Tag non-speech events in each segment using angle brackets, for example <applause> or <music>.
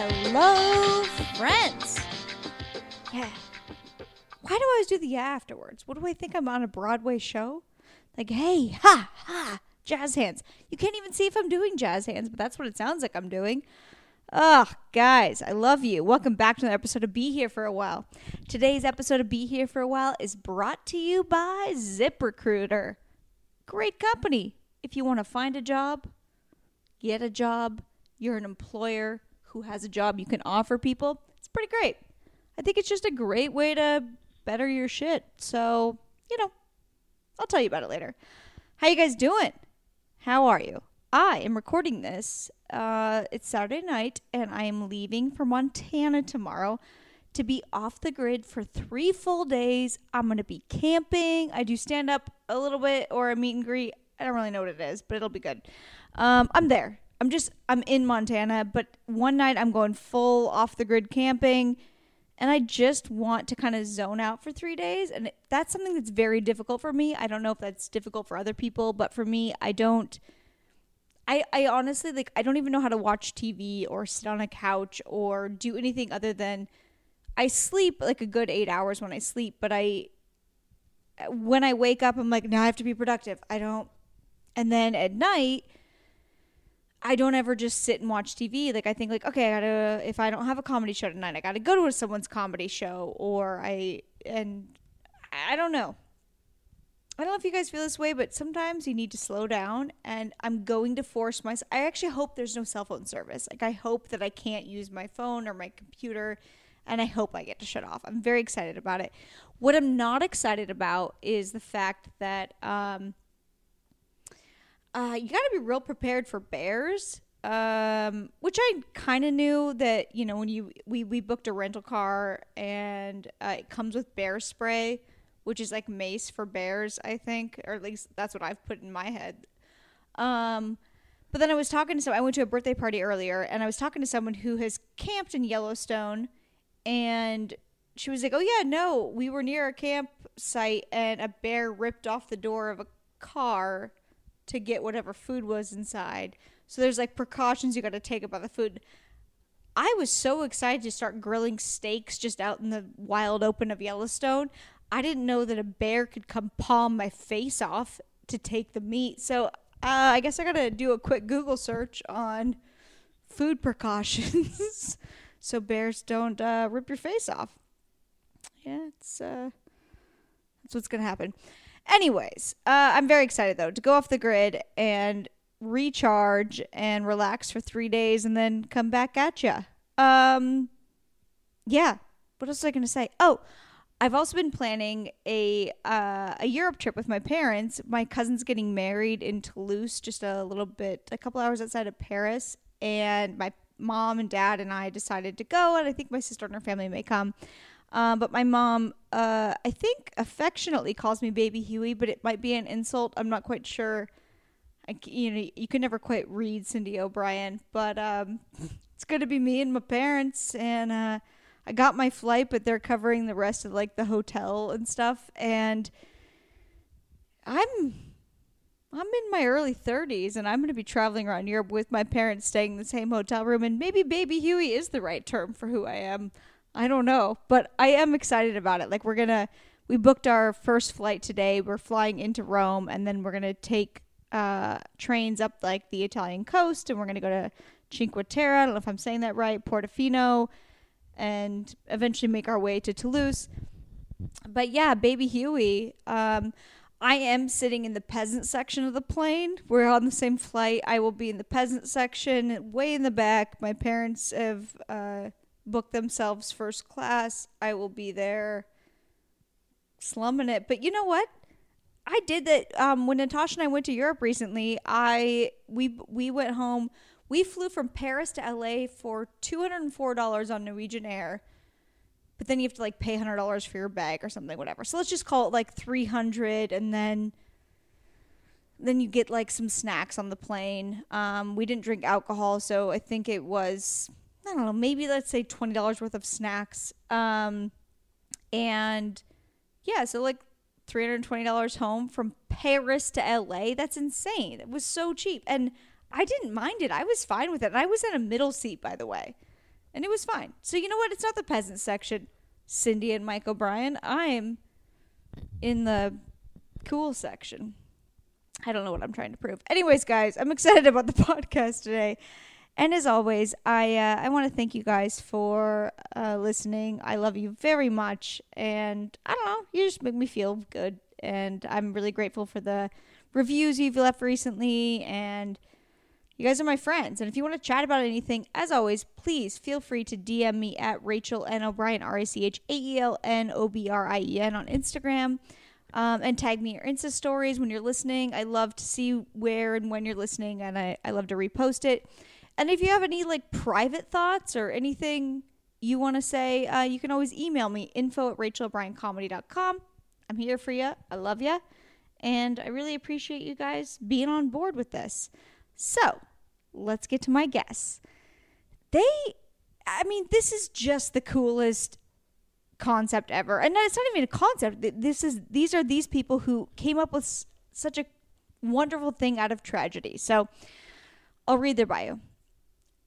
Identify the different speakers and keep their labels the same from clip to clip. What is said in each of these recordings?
Speaker 1: Hello, friends.
Speaker 2: Yeah. Why do I always do the yeah afterwards? What do I think I'm on a Broadway show? Like, hey, ha, ha, jazz hands. You can't even see if I'm doing jazz hands, but that's what it sounds like I'm doing. Ugh, guys, I love you. Welcome back to another episode of Be Here for a While. Today's episode of Be Here for a While is brought to you by ZipRecruiter. Great company. If you want to find a job, get a job, you're an employer who has a job you can offer people, it's pretty great. I think it's just a great way to better your shit. So, you know, I'll tell you about it later. How you guys doing? How are you? I am recording this. Uh, it's Saturday night, and I am leaving for Montana tomorrow to be off the grid for three full days. I'm gonna be camping. I do stand up a little bit or a meet and greet. I don't really know what it is, but it'll be good. Um, I'm there. I'm just I'm in Montana, but one night I'm going full off the grid camping, and I just want to kind of zone out for three days. And it- that's something that's very difficult for me. I don't know if that's difficult for other people, but for me, I don't. I, I honestly like I don't even know how to watch TV or sit on a couch or do anything other than I sleep like a good eight hours when I sleep, but I when I wake up I'm like, now I have to be productive. I don't and then at night I don't ever just sit and watch TV. Like I think like, okay, I gotta if I don't have a comedy show tonight, I gotta go to someone's comedy show or I and I don't know. I don't know if you guys feel this way, but sometimes you need to slow down. And I'm going to force myself. I actually hope there's no cell phone service. Like, I hope that I can't use my phone or my computer. And I hope I get to shut off. I'm very excited about it. What I'm not excited about is the fact that um, uh, you got to be real prepared for bears. Um, which I kind of knew that you know when you we we booked a rental car and uh, it comes with bear spray, which is like mace for bears, I think, or at least that's what I've put in my head. Um, but then I was talking to some. I went to a birthday party earlier, and I was talking to someone who has camped in Yellowstone, and she was like, "Oh yeah, no, we were near a campsite, and a bear ripped off the door of a car to get whatever food was inside. So there's like precautions you got to take about the food." I was so excited to start grilling steaks just out in the wild open of Yellowstone. I didn't know that a bear could come palm my face off to take the meat. So uh, I guess I gotta do a quick Google search on food precautions <laughs> so bears don't uh, rip your face off. Yeah, it's uh, that's what's gonna happen. Anyways, uh, I'm very excited though to go off the grid and recharge and relax for three days and then come back at ya. Um, yeah. What else was I gonna say? Oh, I've also been planning a uh, a Europe trip with my parents. My cousin's getting married in Toulouse, just a little bit, a couple hours outside of Paris, and my mom and dad and I decided to go, and I think my sister and her family may come. Um, but my mom, uh, I think, affectionately calls me Baby Huey, but it might be an insult. I'm not quite sure. I c you know, you can never quite read Cindy O'Brien, but um, it's going to be me and my parents. And uh, I got my flight, but they're covering the rest of like the hotel and stuff. And I'm I'm in my early 30s and I'm going to be traveling around Europe with my parents staying in the same hotel room and maybe baby Huey is the right term for who I am. I don't know, but I am excited about it. Like we're going to we booked our first flight today. We're flying into Rome and then we're going to take uh trains up like the Italian coast and we're going to go to Cinque Terre. I don't know if I'm saying that right, Portofino and eventually make our way to Toulouse but yeah, baby Huey. Um, I am sitting in the peasant section of the plane. We're on the same flight. I will be in the peasant section, way in the back. My parents have uh, booked themselves first class. I will be there slumming it. But you know what? I did that um, when Natasha and I went to Europe recently. I we we went home. We flew from Paris to LA for two hundred and four dollars on Norwegian Air but then you have to like pay hundred dollars for your bag or something, whatever. So let's just call it like three hundred, and then then you get like some snacks on the plane. Um, we didn't drink alcohol, so I think it was I don't know, maybe let's say twenty dollars worth of snacks. Um, and yeah, so like three hundred twenty dollars home from Paris to L.A. That's insane. It was so cheap, and I didn't mind it. I was fine with it. And I was in a middle seat, by the way and it was fine. So you know what? It's not the peasant section. Cindy and Mike O'Brien. I'm in the cool section. I don't know what I'm trying to prove. Anyways, guys, I'm excited about the <laughs> podcast today. And as always, I uh, I want to thank you guys for uh, listening. I love you very much, and I don't know, you just make me feel good, and I'm really grateful for the reviews you've left recently. And you guys are my friends, and if you want to chat about anything, as always, please feel free to DM me at Rachel N O'Brien R I C H A E L N O B R I E N on Instagram. Um, and tag me in your Insta stories when you're listening. I love to see where and when you're listening, and I, I love to repost it. And if you have any like private thoughts or anything you want to say, uh, you can always email me info at rachelobriencomedy.com. I'm here for you. I love you. And I really appreciate you guys being on board with this. So let's get to my guess. They, I mean, this is just the coolest concept ever. And it's not even a concept. Th- This is these are these people who came up with s- such a wonderful thing out of tragedy. So I'll read their bio.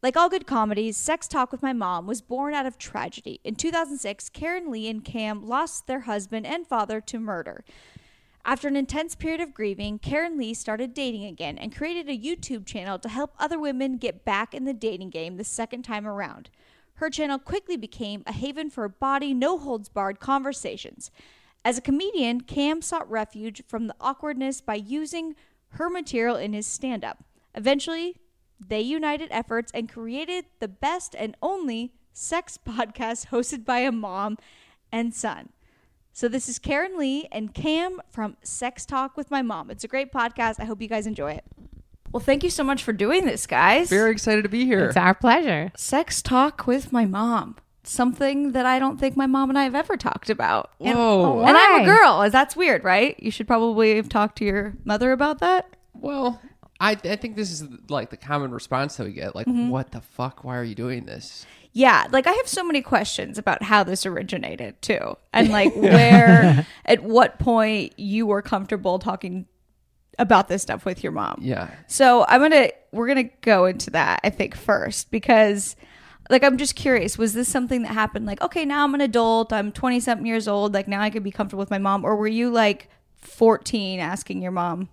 Speaker 2: Like all good comedies, Sex Talk with My Mom was born out of tragedy. In 2006, Karen Lee and Cam lost their husband and father to murder. After an intense period of grieving, Karen Lee started dating again and created a YouTube channel to help other women get back in the dating game the second time around. Her channel quickly became a haven for body, no holds barred conversations. As a comedian, Cam sought refuge from the awkwardness by using her material in his stand up. Eventually, they united efforts and created the best and only sex <laughs> podcast hosted by a mom and son. So this is Karen Lee and Cam from Sex Talk with My Mom. It's a great podcast. I hope you guys enjoy it. Well, thank you so much for doing this, guys.
Speaker 3: Very excited to be here.
Speaker 4: It's our pleasure.
Speaker 2: Sex Talk with My Mom. Something that I don't think my mom and I have ever talked about. And,
Speaker 3: Whoa.
Speaker 2: and I'm a
Speaker 4: Why?
Speaker 2: girl. Is That's weird, right? You should probably have talked to your mother about that.
Speaker 3: Well, I, I think this is like the common response that we get. Like,
Speaker 2: Mm-hmm.
Speaker 3: what the fuck? Why are you doing this?
Speaker 2: Yeah, like I have so many questions about how this originated too, <laughs> and like where, at what point you were comfortable talking about this stuff with your mom.
Speaker 3: Yeah.
Speaker 2: So I'm gonna we're gonna go into that I think first because like I'm just curious was this something that happened like okay now I'm an adult I'm 20 something years old like now I could be comfortable with my mom or were you like 14 asking your mom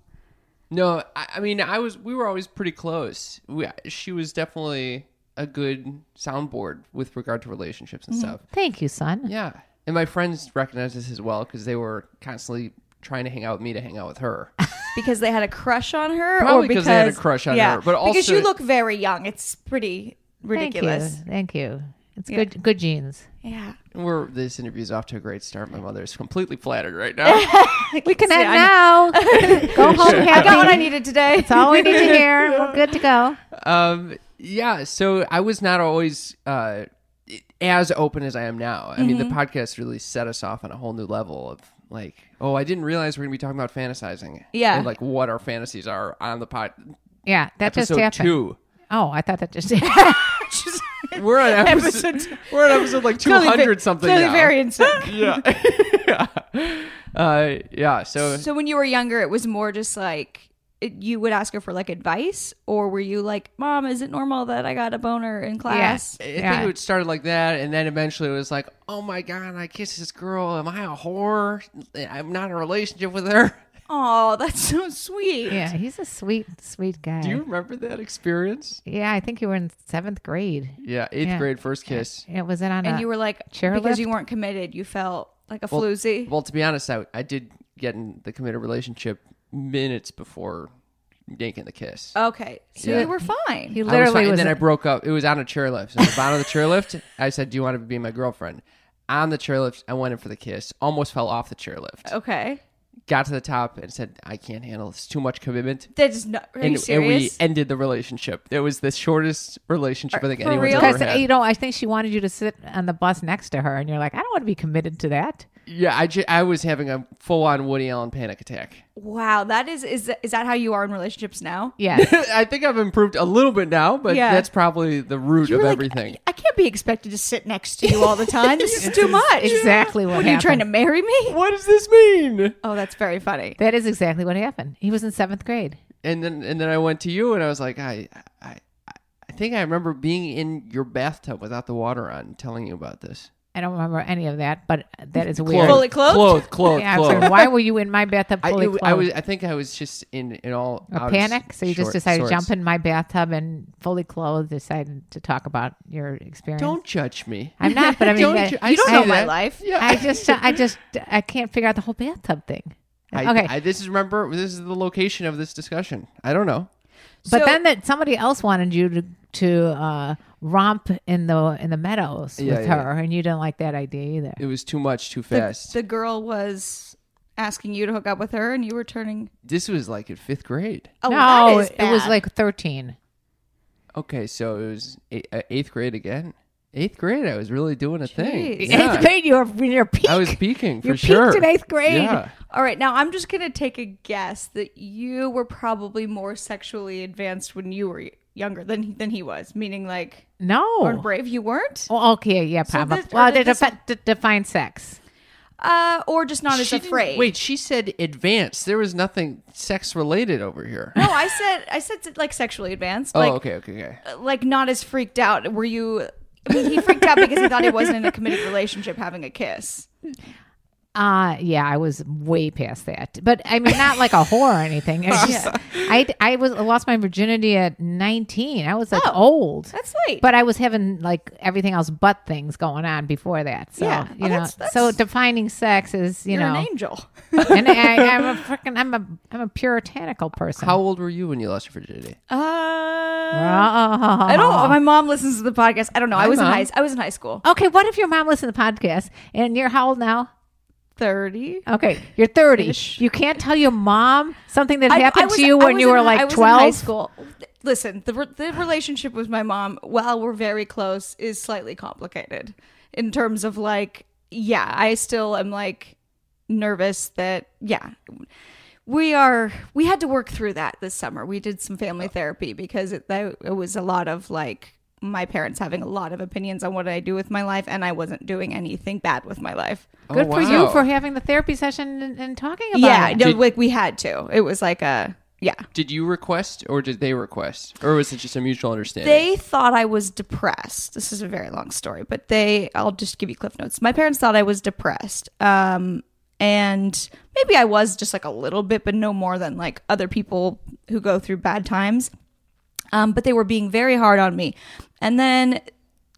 Speaker 3: No, I, I mean, I was. We were always pretty close. We, she was definitely a good soundboard with regard to relationships
Speaker 2: Mm-hmm.
Speaker 3: and stuff.
Speaker 4: Thank you, son.
Speaker 3: Yeah, and my friends recognized this as well because they were constantly trying to hang out with me to hang out with her. <laughs>
Speaker 2: because they had a crush on her
Speaker 3: Probably
Speaker 2: or
Speaker 3: 'cause
Speaker 2: because
Speaker 3: they had a crush on her, but
Speaker 2: because
Speaker 3: also-
Speaker 2: you look very young it's pretty ridiculous
Speaker 4: Thank you. Thank you. It's good good genes.
Speaker 2: yeah
Speaker 3: We're this interview's off to a great start. My mother's completely flattered right now.
Speaker 4: We can
Speaker 2: say
Speaker 4: end
Speaker 2: I
Speaker 4: now.
Speaker 2: <laughs>
Speaker 4: go home happy.
Speaker 2: I got what I needed today <laughs>
Speaker 4: That's all we need to hear. We're good to go.
Speaker 3: um, yeah, so I was not always uh, as open as I am now. I mean, the
Speaker 2: Mm-hmm.
Speaker 3: podcast really set us off on a whole new level of like, oh, I didn't realize we're gonna be talking about fantasizing.
Speaker 2: Yeah.
Speaker 3: and like what our fantasies are on the pod.
Speaker 4: Yeah, that just
Speaker 3: episode
Speaker 4: happened.
Speaker 3: two.
Speaker 4: Oh, I thought
Speaker 2: <laughs>
Speaker 4: that just happened.
Speaker 3: We're on episode. we're on episode like two
Speaker 2: Clearly ve-
Speaker 3: hundred something.
Speaker 2: clearly
Speaker 3: now.
Speaker 2: very insane
Speaker 3: yeah. <laughs> yeah. Uh, yeah. So
Speaker 2: So when you were younger, it was more just like it, you would ask her for like advice, or were you like, "Mom, is it normal that I got a boner in class?"
Speaker 3: I
Speaker 4: Yeah.
Speaker 3: think it would started like that, and then eventually it was like, "Oh my god, I kissed this girl. Am I a whore? I'm not in a relationship with her."
Speaker 2: Oh, that's so sweet.
Speaker 4: Yeah, he's a sweet, sweet guy.
Speaker 3: Do you remember that experience?
Speaker 4: yeah, I think you were in seventh grade.
Speaker 3: Yeah, eighth
Speaker 4: Yeah.
Speaker 3: grade, first kiss.
Speaker 4: It was it on
Speaker 2: And
Speaker 4: a
Speaker 2: you were like, because
Speaker 4: chairlift?
Speaker 2: you weren't committed, you felt like a
Speaker 3: Well-
Speaker 2: floozy.
Speaker 3: Well, to be honest, I I did get in the committed relationship minutes before making the kiss.
Speaker 2: okay, so
Speaker 3: Yeah.
Speaker 2: you were fine.
Speaker 4: he
Speaker 3: I was fine,
Speaker 4: literally
Speaker 3: and
Speaker 4: was,
Speaker 3: then I broke up. It was on a chairlift. So at the bottom of the chairlift, I said, "Do you want to be my girlfriend?" On the chairlift, I went in for the kiss. Almost fell off the
Speaker 2: Oh.
Speaker 3: chairlift.
Speaker 2: okay,
Speaker 3: Got to the top and said, "I can't handle this. Too much commitment."
Speaker 2: that is not. Are you
Speaker 3: and, and we
Speaker 2: serious?
Speaker 3: ended the relationship. It was the shortest relationship I think
Speaker 2: for
Speaker 3: anyone's
Speaker 2: real?
Speaker 3: ever
Speaker 4: because
Speaker 3: had.
Speaker 4: you know I think she wanted you to sit on the bus next to her, and you're like, I don't want to be committed to that.
Speaker 3: yeah, I, ju- I was having a full on Woody Allen panic attack.
Speaker 2: wow, that is is that- is that how you are in relationships now? <laughs>
Speaker 4: Yes,
Speaker 3: <laughs> I think I've improved a little bit now, but
Speaker 2: Yeah.
Speaker 3: that's probably the root
Speaker 2: You
Speaker 3: of
Speaker 2: were like,
Speaker 3: everything.
Speaker 2: I can't be expected to sit next to you all
Speaker 3: <laughs>
Speaker 2: the time. This is too much.
Speaker 4: exactly what
Speaker 2: What are you trying to marry me?
Speaker 3: What does this mean?
Speaker 2: Oh, that's very funny.
Speaker 4: That is exactly what happened. He was in seventh grade.
Speaker 3: And then and then I went to you and I was like, I I I, I think I remember being in your bathtub without the water on, and telling you about this.
Speaker 4: I don't remember any of that, but that is weird.
Speaker 3: Clothed,
Speaker 2: Fully clothed?
Speaker 4: <laughs>
Speaker 3: clothed, clothed,
Speaker 4: yeah, I was
Speaker 3: clothed.
Speaker 4: like, why were you in my bathtub
Speaker 3: I,
Speaker 4: fully
Speaker 3: it-
Speaker 4: clothed?
Speaker 3: I was. I think I was just in in all
Speaker 4: a
Speaker 3: out of
Speaker 4: panic,
Speaker 3: s-
Speaker 4: so you just
Speaker 3: short-
Speaker 4: decided to
Speaker 3: sorts.
Speaker 4: jump in my bathtub and fully clothed, decided to talk about your experience.
Speaker 3: Don't judge me.
Speaker 4: I'm
Speaker 3: <laughs>
Speaker 4: not, but I mean,
Speaker 3: Don't
Speaker 4: that-
Speaker 3: ju-
Speaker 4: you don't
Speaker 3: say
Speaker 4: know
Speaker 2: my
Speaker 3: that.
Speaker 2: life.
Speaker 3: Yeah.
Speaker 4: <laughs> I just, I just, I can't figure out the whole bathtub thing.
Speaker 3: I-
Speaker 4: okay,
Speaker 3: I, this is remember. This is the location of this discussion. I don't know.
Speaker 4: but
Speaker 2: So-
Speaker 4: then that somebody else wanted you to to uh, romp in the in the meadows
Speaker 3: Yeah,
Speaker 4: with
Speaker 3: yeah.
Speaker 4: her, and you didn't like that idea either.
Speaker 3: It was too much, too
Speaker 2: The-
Speaker 3: fast.
Speaker 2: The, girl was asking you to hook up with her, and you were turning.
Speaker 3: this was like in fifth grade.
Speaker 2: Oh,
Speaker 4: no,
Speaker 2: that is
Speaker 4: it was
Speaker 2: bad.
Speaker 4: like 13.
Speaker 3: Okay, so it was eight, uh, eighth grade again. Eighth grade, I was really doing a thing.
Speaker 2: Jeez.
Speaker 4: <laughs>
Speaker 3: Yeah.
Speaker 4: Eighth grade, you were in your peak.
Speaker 3: I was peaking for
Speaker 4: you
Speaker 3: sure.
Speaker 4: peaked in eighth grade.
Speaker 3: Yeah.
Speaker 2: All right, now I'm just gonna take a guess that you were probably more sexually advanced when you were younger than than he was. Meaning, like,
Speaker 4: No.
Speaker 2: or brave you weren't,
Speaker 4: Oh, okay, yeah, probably.
Speaker 2: this- or
Speaker 4: well, they
Speaker 2: this-
Speaker 4: defi- d- define sex.
Speaker 2: uh, or just not as
Speaker 3: She didn't-
Speaker 2: afraid.
Speaker 3: Wait, she said advanced. There was nothing sex related over here.
Speaker 2: No, I said I said like sexually advanced.
Speaker 3: oh,
Speaker 2: like,
Speaker 3: okay, okay, okay.
Speaker 2: like not as freaked out. Were you? I mean, he freaked out because he thought he wasn't in a committed relationship having a kiss.
Speaker 4: Uh yeah, I was way past that. But I mean not like a whore or anything.
Speaker 2: <laughs>
Speaker 4: It's just- I I was I lost my virginity at 19. I was like old.
Speaker 2: Oh, That's late.
Speaker 4: But I was having like everything else but things going on before that. So,
Speaker 2: Yeah.
Speaker 4: you
Speaker 2: Well,
Speaker 4: know,
Speaker 2: that's- that's-
Speaker 4: so defining sex is, you
Speaker 2: you're
Speaker 4: know,
Speaker 2: an angel.
Speaker 4: <laughs> and I, I'm a freaking, I'm a, I'm a puritanical person.
Speaker 3: How old were you when you lost your virginity?
Speaker 2: Uh,
Speaker 4: I
Speaker 2: I don't. My mom listens to the podcast. I don't know. I was
Speaker 3: mom.
Speaker 2: in high. I was in high school.
Speaker 4: Okay, what if your mom listened to the podcast and you're how old now?
Speaker 2: Thirty.
Speaker 4: Okay, you're 30.
Speaker 2: Ish.
Speaker 4: You can't tell your mom something that
Speaker 2: I-
Speaker 4: happened
Speaker 2: I was-
Speaker 4: to you
Speaker 2: I
Speaker 4: when
Speaker 2: was
Speaker 4: you
Speaker 2: in-
Speaker 4: were
Speaker 2: I
Speaker 4: like
Speaker 2: was in high
Speaker 4: 12.
Speaker 2: school. Listen, the re- the relationship with my mom, while we're very close, is slightly complicated in terms of like, yeah, I still am like nervous that yeah, we are. We had to work through that this summer. We did some
Speaker 4: Oh.
Speaker 2: family therapy because it that- it was a lot of like my parents having a lot of opinions on what I do with my life, and I wasn't doing anything bad with my life.
Speaker 4: Good
Speaker 3: Oh,
Speaker 4: for you
Speaker 3: wow.
Speaker 4: for having the therapy session and, and talking about
Speaker 2: yeah,
Speaker 4: it.
Speaker 2: no,
Speaker 3: Did-
Speaker 2: like we had to. It was like a yeah.
Speaker 3: Did you request or did they request? Or was it just a mutual understanding?
Speaker 2: They thought I was depressed. This is a very long story, but they, I'll just give you cliff notes. My parents thought I was depressed. Um, and maybe I was just like a little bit, but no more than like other people who go through bad times. Um, but they were being very hard on me. And then,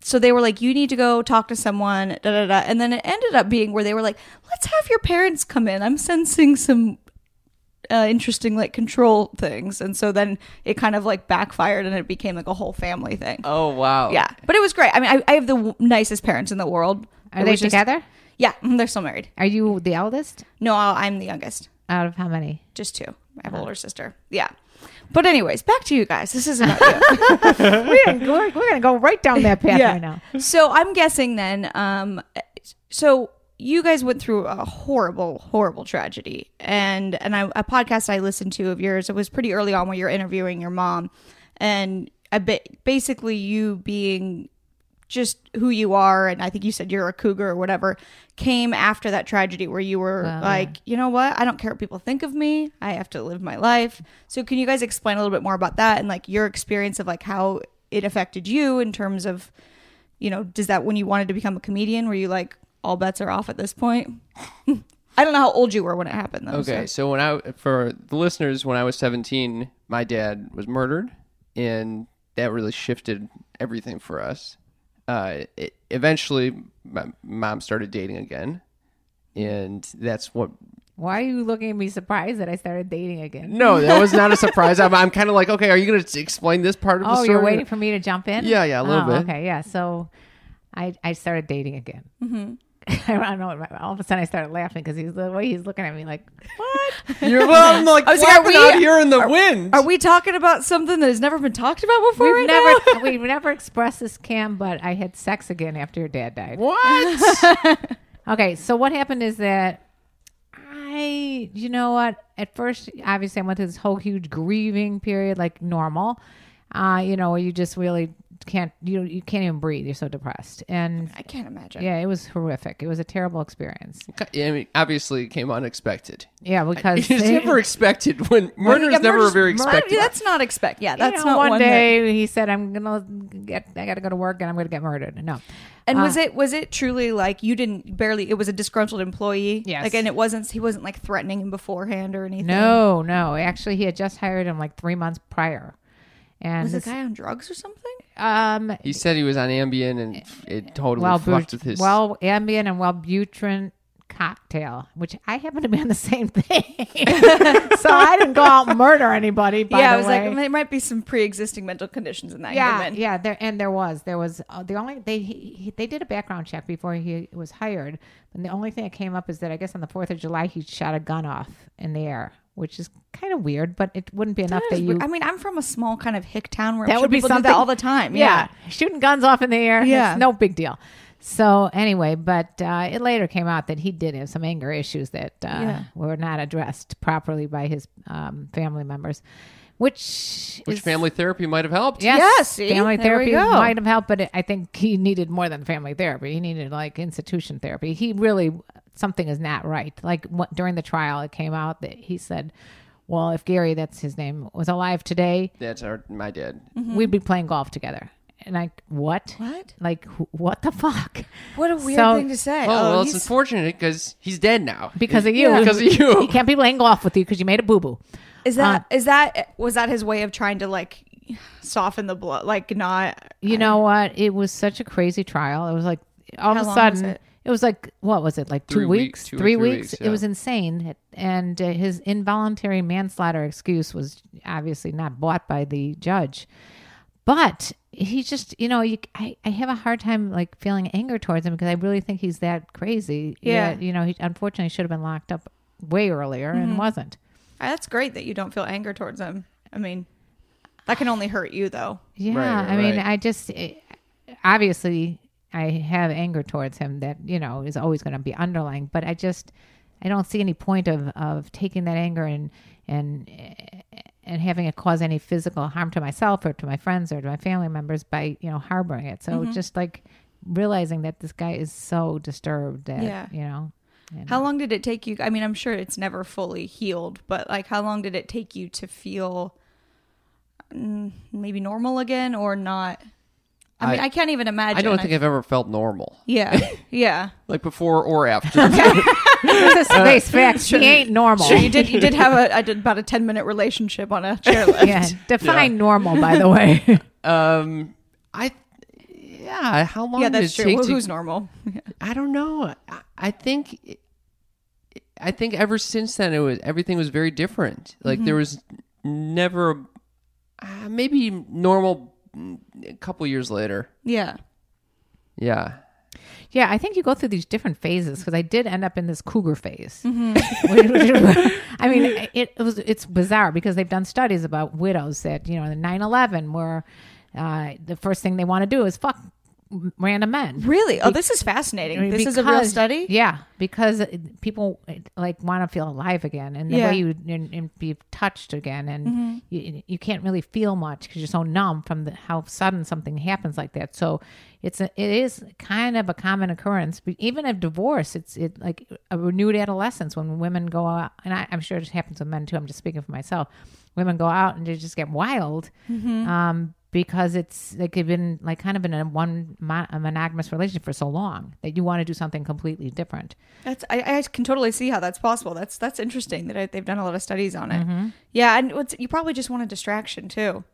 Speaker 2: so they were like, you need to go talk to someone, da da da. And then it ended up being where they were like, let's have your parents come in. I'm sensing some uh, interesting like control things and so then it kind of like backfired and it became like a whole family thing
Speaker 3: oh, wow.
Speaker 2: yeah but it was great i mean i, I have the w- nicest parents in the world
Speaker 4: Are
Speaker 2: It
Speaker 4: they
Speaker 2: was just-
Speaker 4: together?
Speaker 2: yeah <laughs> mm, they're still married
Speaker 4: Are you the eldest
Speaker 2: no I- i'm the youngest
Speaker 4: out of how many?
Speaker 2: just two i have an older sister yeah but anyways back to you guys this is about you
Speaker 4: we're we're going to go right down that path right now.
Speaker 2: <laughs> so i'm guessing then um so you guys went through a horrible horrible tragedy and and I, a podcast i listened to of yours it was pretty early on where you're interviewing your mom and a bit basically you being just who you are and i think you said you're a cougar or whatever came after that tragedy where you were like you know what i don't care what people think of me i have to live my life so can you guys explain a little bit more about that and like your experience of like how it affected you in terms of you know does that when you wanted to become a comedian were you like all bets are off at this point <laughs> i don't know how old you were when it happened though
Speaker 3: Okay,
Speaker 2: so-
Speaker 3: so when I for the listeners, when I was 17, my dad was murdered, and that really shifted everything for us. Uh, it, eventually, my mom started dating again, and that's what.
Speaker 4: Why are you looking at me surprised that I started dating again?
Speaker 3: No, that was not a surprise. I'm, I'm kind of like, okay, are you going to explain this part of the
Speaker 4: Oh,
Speaker 3: story?
Speaker 4: you're waiting for me to jump in?
Speaker 3: Yeah, yeah, a little
Speaker 4: Oh,
Speaker 3: bit.
Speaker 4: Okay, yeah. So I, I started dating again. Mm-hmm. <laughs> I don't know. All of a sudden, I started laughing because he's the way he's looking at me like,
Speaker 3: You're,
Speaker 2: <laughs>
Speaker 3: well, I'm like,
Speaker 2: I was like, are
Speaker 3: flapping
Speaker 2: we-
Speaker 3: out here in the wind.
Speaker 2: are we talking about something that has never been talked about before
Speaker 4: we've
Speaker 2: right
Speaker 4: <laughs>
Speaker 2: now?
Speaker 4: never we've never expressed this, Cam, but I had sex again after your dad died.
Speaker 3: what?
Speaker 2: <laughs>
Speaker 4: Okay, so what happened is that I, you know what? At first, obviously, I went through this whole huge grieving period, like normal. Uh, you know, where you just really can't you you can't even breathe. You're so depressed. And
Speaker 2: I can't imagine.
Speaker 4: yeah, it was horrific. It was a terrible experience.
Speaker 3: I mean, obviously, it came unexpected.
Speaker 4: Yeah, because
Speaker 2: <laughs>
Speaker 3: <laughs> It's never expected when murder
Speaker 2: Yeah,
Speaker 3: is never
Speaker 2: murder's-
Speaker 3: very
Speaker 2: murder-
Speaker 3: expected.
Speaker 2: That's not expect. Yeah, that's
Speaker 4: you know,
Speaker 2: not
Speaker 4: one,
Speaker 2: one that-
Speaker 4: day he said, "I'm gonna get. I gotta go to work and I'm gonna get murdered." No,
Speaker 2: And
Speaker 4: Ah.
Speaker 2: was it was it truly like you didn't barely? It was a disgruntled employee.
Speaker 4: Yes.
Speaker 2: Like, and it wasn't. He wasn't like threatening him beforehand or anything.
Speaker 4: no, no. Actually, he had just hired him like three months prior, and
Speaker 2: Was the
Speaker 4: this-
Speaker 2: guy on drugs or something?
Speaker 4: um,
Speaker 3: He said he was on Ambien and it totally
Speaker 4: well,
Speaker 3: fucked
Speaker 4: Bu-
Speaker 3: with his.
Speaker 4: well, Ambien and Wellbutrin cocktail, which I happen to be on the
Speaker 2: <laughs>
Speaker 4: same <laughs> thing, so I didn't go out and murder anybody. By
Speaker 2: yeah,
Speaker 4: the
Speaker 2: I was
Speaker 4: way.
Speaker 2: like, there might be some pre-existing mental conditions in that
Speaker 4: yeah,
Speaker 2: human.
Speaker 4: yeah. There and there was there was uh, the only they he, he- they did a background check before he was hired, and the only thing that came up is that I guess on the Fourth of July he shot a gun off in the air, which is kind of weird, but it wouldn't be enough that
Speaker 2: That is
Speaker 4: you.
Speaker 2: weir- I mean, I'm from a small kind of hick town where I'm
Speaker 4: that
Speaker 2: sure
Speaker 4: would be
Speaker 2: people
Speaker 4: something
Speaker 2: do that all the time. Yeah.
Speaker 4: shooting guns off in the air.
Speaker 2: Yeah.
Speaker 4: Yeah, no big deal. So anyway, but uh, it later came out that he did have some anger issues that uh,
Speaker 2: Yeah.
Speaker 4: were not addressed properly by his um, family members, which
Speaker 3: which
Speaker 4: is-
Speaker 3: family therapy might have helped.
Speaker 4: Yes,
Speaker 2: Yeah, see?
Speaker 4: family
Speaker 2: There we
Speaker 4: therapy
Speaker 2: go.
Speaker 4: might have helped, but it, I think he needed more than family therapy. He needed like institution therapy. He really something is not right. Like what, during the trial, it came out that he said, "Well, if Gary, that's his name, was alive today,
Speaker 3: That's our, my dad.
Speaker 4: we'd be playing golf together." And I what?
Speaker 2: What?
Speaker 4: Like wh- what the fuck? <laughs>
Speaker 2: What a weird
Speaker 4: So-
Speaker 2: thing to say.
Speaker 3: Oh, well, it's
Speaker 2: he's-
Speaker 3: unfortunate because he's dead now.
Speaker 4: Because of you.
Speaker 3: Because of
Speaker 4: <laughs> He
Speaker 3: you.
Speaker 4: can't be playing golf with you because you made a boo boo.
Speaker 2: is that is that was that his way of trying to like soften the blow? Like not.
Speaker 4: You know what? It was such a crazy trial. It was like all
Speaker 2: How
Speaker 4: of a
Speaker 2: long
Speaker 4: sudden.
Speaker 2: was it?
Speaker 4: it? was like what was it like two
Speaker 3: Three weeks,
Speaker 4: weeks,
Speaker 3: two or
Speaker 4: three,
Speaker 3: three
Speaker 4: weeks?
Speaker 3: weeks,
Speaker 4: It
Speaker 3: yeah.
Speaker 4: was insane, and uh, his involuntary manslaughter excuse was obviously not bought by the judge. But he just, you know, you, I, I have a hard time like feeling anger towards him because I really think he's that crazy.
Speaker 2: Yeah.
Speaker 4: that, you know, he unfortunately should have been locked up way earlier and wasn't.
Speaker 2: Ah, That's great that you don't feel anger towards him. I mean, that can only hurt you though.
Speaker 4: Yeah,
Speaker 3: Right,
Speaker 4: I mean,
Speaker 3: right.
Speaker 4: I just it, obviously I have anger towards him that you know is always going to be underlying, but I just I don't see any point of of taking that anger and and eh, and having it cause any physical harm to myself or to my friends or to my family members by you know harboring it. So just like realizing that this guy is so disturbed that
Speaker 2: Yeah.
Speaker 4: you know. and-
Speaker 2: How long did it take you? I mean, I'm sure it's never fully healed, but like, how long did it take you to feel mm, maybe normal again or not? I, mean,
Speaker 3: I-
Speaker 2: I can't even imagine.
Speaker 3: I don't think I've ever felt normal,
Speaker 2: yeah, yeah.
Speaker 3: like before or after.
Speaker 4: There's a space fact. She ain't normal.
Speaker 2: Sure, you did. You did have a, I did about a ten minute relationship <laughs> on a chairlift.
Speaker 3: <laughs>
Speaker 4: yeah, define normal, by the way. <laughs>
Speaker 3: um, I, yeah, how long
Speaker 2: yeah,
Speaker 3: did
Speaker 2: that's
Speaker 3: it
Speaker 2: true.
Speaker 3: take
Speaker 2: Well,
Speaker 3: to
Speaker 2: who's normal?
Speaker 3: I don't know. I, I think, I think ever since then it was everything was very different. Like
Speaker 2: Mm-hmm.
Speaker 3: there was never, uh, maybe normal. mm, A couple years later,
Speaker 2: Yeah,
Speaker 3: yeah,
Speaker 4: Yeah, I think you go through these different phases because I did end up in this cougar phase. <laughs> I mean, it, it was it's bizarre because they've done studies about widows that you know in 9/11 were uh, the first thing they want to do is fuck random men.
Speaker 2: really. Oh, this is fascinating. This is a real
Speaker 4: Because-
Speaker 2: study.
Speaker 4: Yeah, because it- people it, like want to feel alive again, and the
Speaker 2: Yeah. Mm-hmm.
Speaker 4: way you and, and be touched again, and you, you can't really feel much because you're so numb from the, how sudden something happens like that. So it's a, it is kind of a common occurrence, but even of divorce, it's it like a renewed adolescence when women go out, and I, I'm sure it happens with men too. I'm just speaking for myself. Women go out and they just get wild. Um, because it's like they've been like kind of in a one mon- a monogamous relationship for so long that you want to do something completely different.
Speaker 2: That's I, I can totally see how that's possible. That's that's interesting that I, they've done a lot of studies on it. Yeah, and what's, you probably just want a distraction <laughs> too.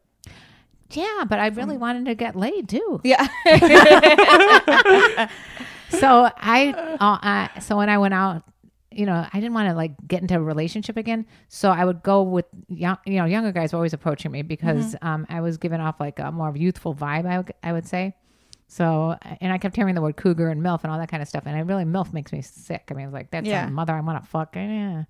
Speaker 4: Yeah, but I really wanted to get
Speaker 2: <laughs>
Speaker 4: laid too.
Speaker 2: Yeah,
Speaker 4: So I, uh, I so when I went out, you know, I didn't want to like get into a relationship again. So I would go with young, you know, younger guys were always approaching me because um, I was giving off like a more of a youthful vibe. I would, I would say. So and I kept hearing the word cougar and milf and all that kind of stuff, and I really milf makes me sick. I mean, it's like that's
Speaker 2: Yeah.
Speaker 4: a mother I want to fuck. Yeah,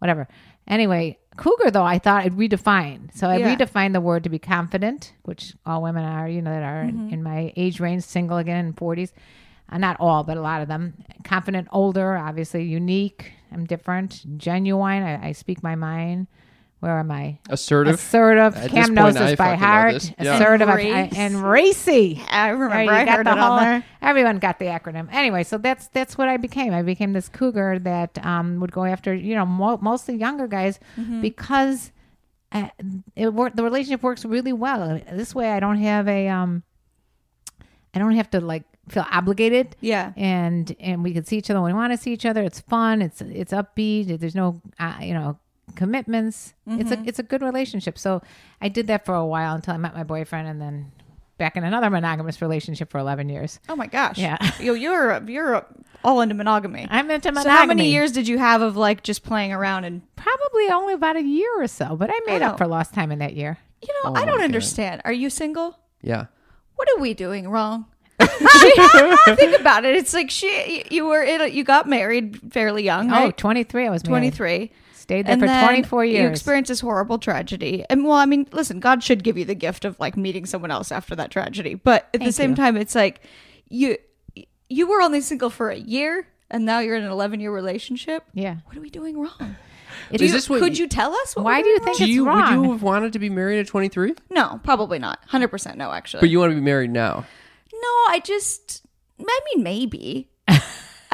Speaker 4: whatever. Anyway, cougar though I thought I'd redefine. So I
Speaker 2: Yeah.
Speaker 4: redefined the word to be confident, which all women are, you know, that are in, in my age range, single again, in forties. Uh, not all, but a lot of them. Confident, older, obviously unique. I'm different, genuine. I, I speak my mind. where am I?
Speaker 3: Assertive.
Speaker 4: Assertive.
Speaker 3: At this
Speaker 4: Cam knows
Speaker 3: point, I
Speaker 4: this by
Speaker 3: fucking know
Speaker 4: heart.
Speaker 3: this. Yeah.
Speaker 4: Assertive
Speaker 2: And
Speaker 4: I- I-
Speaker 2: racy.
Speaker 4: and racy.
Speaker 2: I
Speaker 4: There,
Speaker 2: remember
Speaker 4: you
Speaker 2: I
Speaker 4: got
Speaker 2: heard
Speaker 4: the
Speaker 2: it all
Speaker 4: whole-
Speaker 2: there.
Speaker 4: Everyone got the acronym. Anyway, so that's that's what I became. I became this cougar that um, would go after you know mo- mostly younger guys
Speaker 2: Mm-hmm.
Speaker 4: because uh, it wor- the relationship works really well. This way, I don't have a um, I don't have to like feel obligated
Speaker 2: Yeah.
Speaker 4: and and we could see each other when we want to see each other. It's fun. It's it's upbeat. There's no uh, you know commitments. It's
Speaker 2: Mm-hmm.
Speaker 4: a it's a good relationship. So I did that for a while until I met my boyfriend, and then back in another monogamous relationship for 11 years.
Speaker 2: Oh my gosh.
Speaker 4: Yeah.
Speaker 2: <laughs> Yo, you're you're all into monogamy.
Speaker 4: I'm into monogamy.
Speaker 2: So how many years did you have of like just playing around and
Speaker 4: Probably only about a year or so, but I made
Speaker 2: Oh.
Speaker 4: up for lost time in that year.
Speaker 2: you know,
Speaker 3: Oh
Speaker 2: I
Speaker 3: my
Speaker 2: don't
Speaker 3: God.
Speaker 2: understand. Are you single?
Speaker 3: yeah.
Speaker 2: What are we doing
Speaker 4: <laughs>
Speaker 2: wrong? <laughs> Think about it. It's like she you were in a, you got married fairly young,
Speaker 4: Oh,
Speaker 2: right?
Speaker 4: 23 I was married.
Speaker 2: 23.
Speaker 4: Stayed there for
Speaker 2: then
Speaker 4: 24 years.
Speaker 2: You experienced this horrible tragedy. And well, I mean, listen, God should give you the gift of like meeting someone else after that tragedy. But at the same
Speaker 4: you.
Speaker 2: time, it's like you you were only single for a year and now you're in an 11 year relationship.
Speaker 4: yeah.
Speaker 2: What are we doing wrong?
Speaker 4: It
Speaker 2: Do
Speaker 3: Is
Speaker 2: you-
Speaker 3: this what
Speaker 2: could
Speaker 3: you-
Speaker 2: you tell us? what
Speaker 4: Why
Speaker 2: we're
Speaker 4: do you
Speaker 2: doing
Speaker 4: think
Speaker 3: Do
Speaker 4: it's
Speaker 3: you would
Speaker 4: wrong?
Speaker 3: you have wanted to be married at 23?
Speaker 2: wrong? No, probably not. 100% no, actually.
Speaker 3: But you want to be married now.
Speaker 2: No, I just I mean
Speaker 4: <laughs>
Speaker 2: maybe. I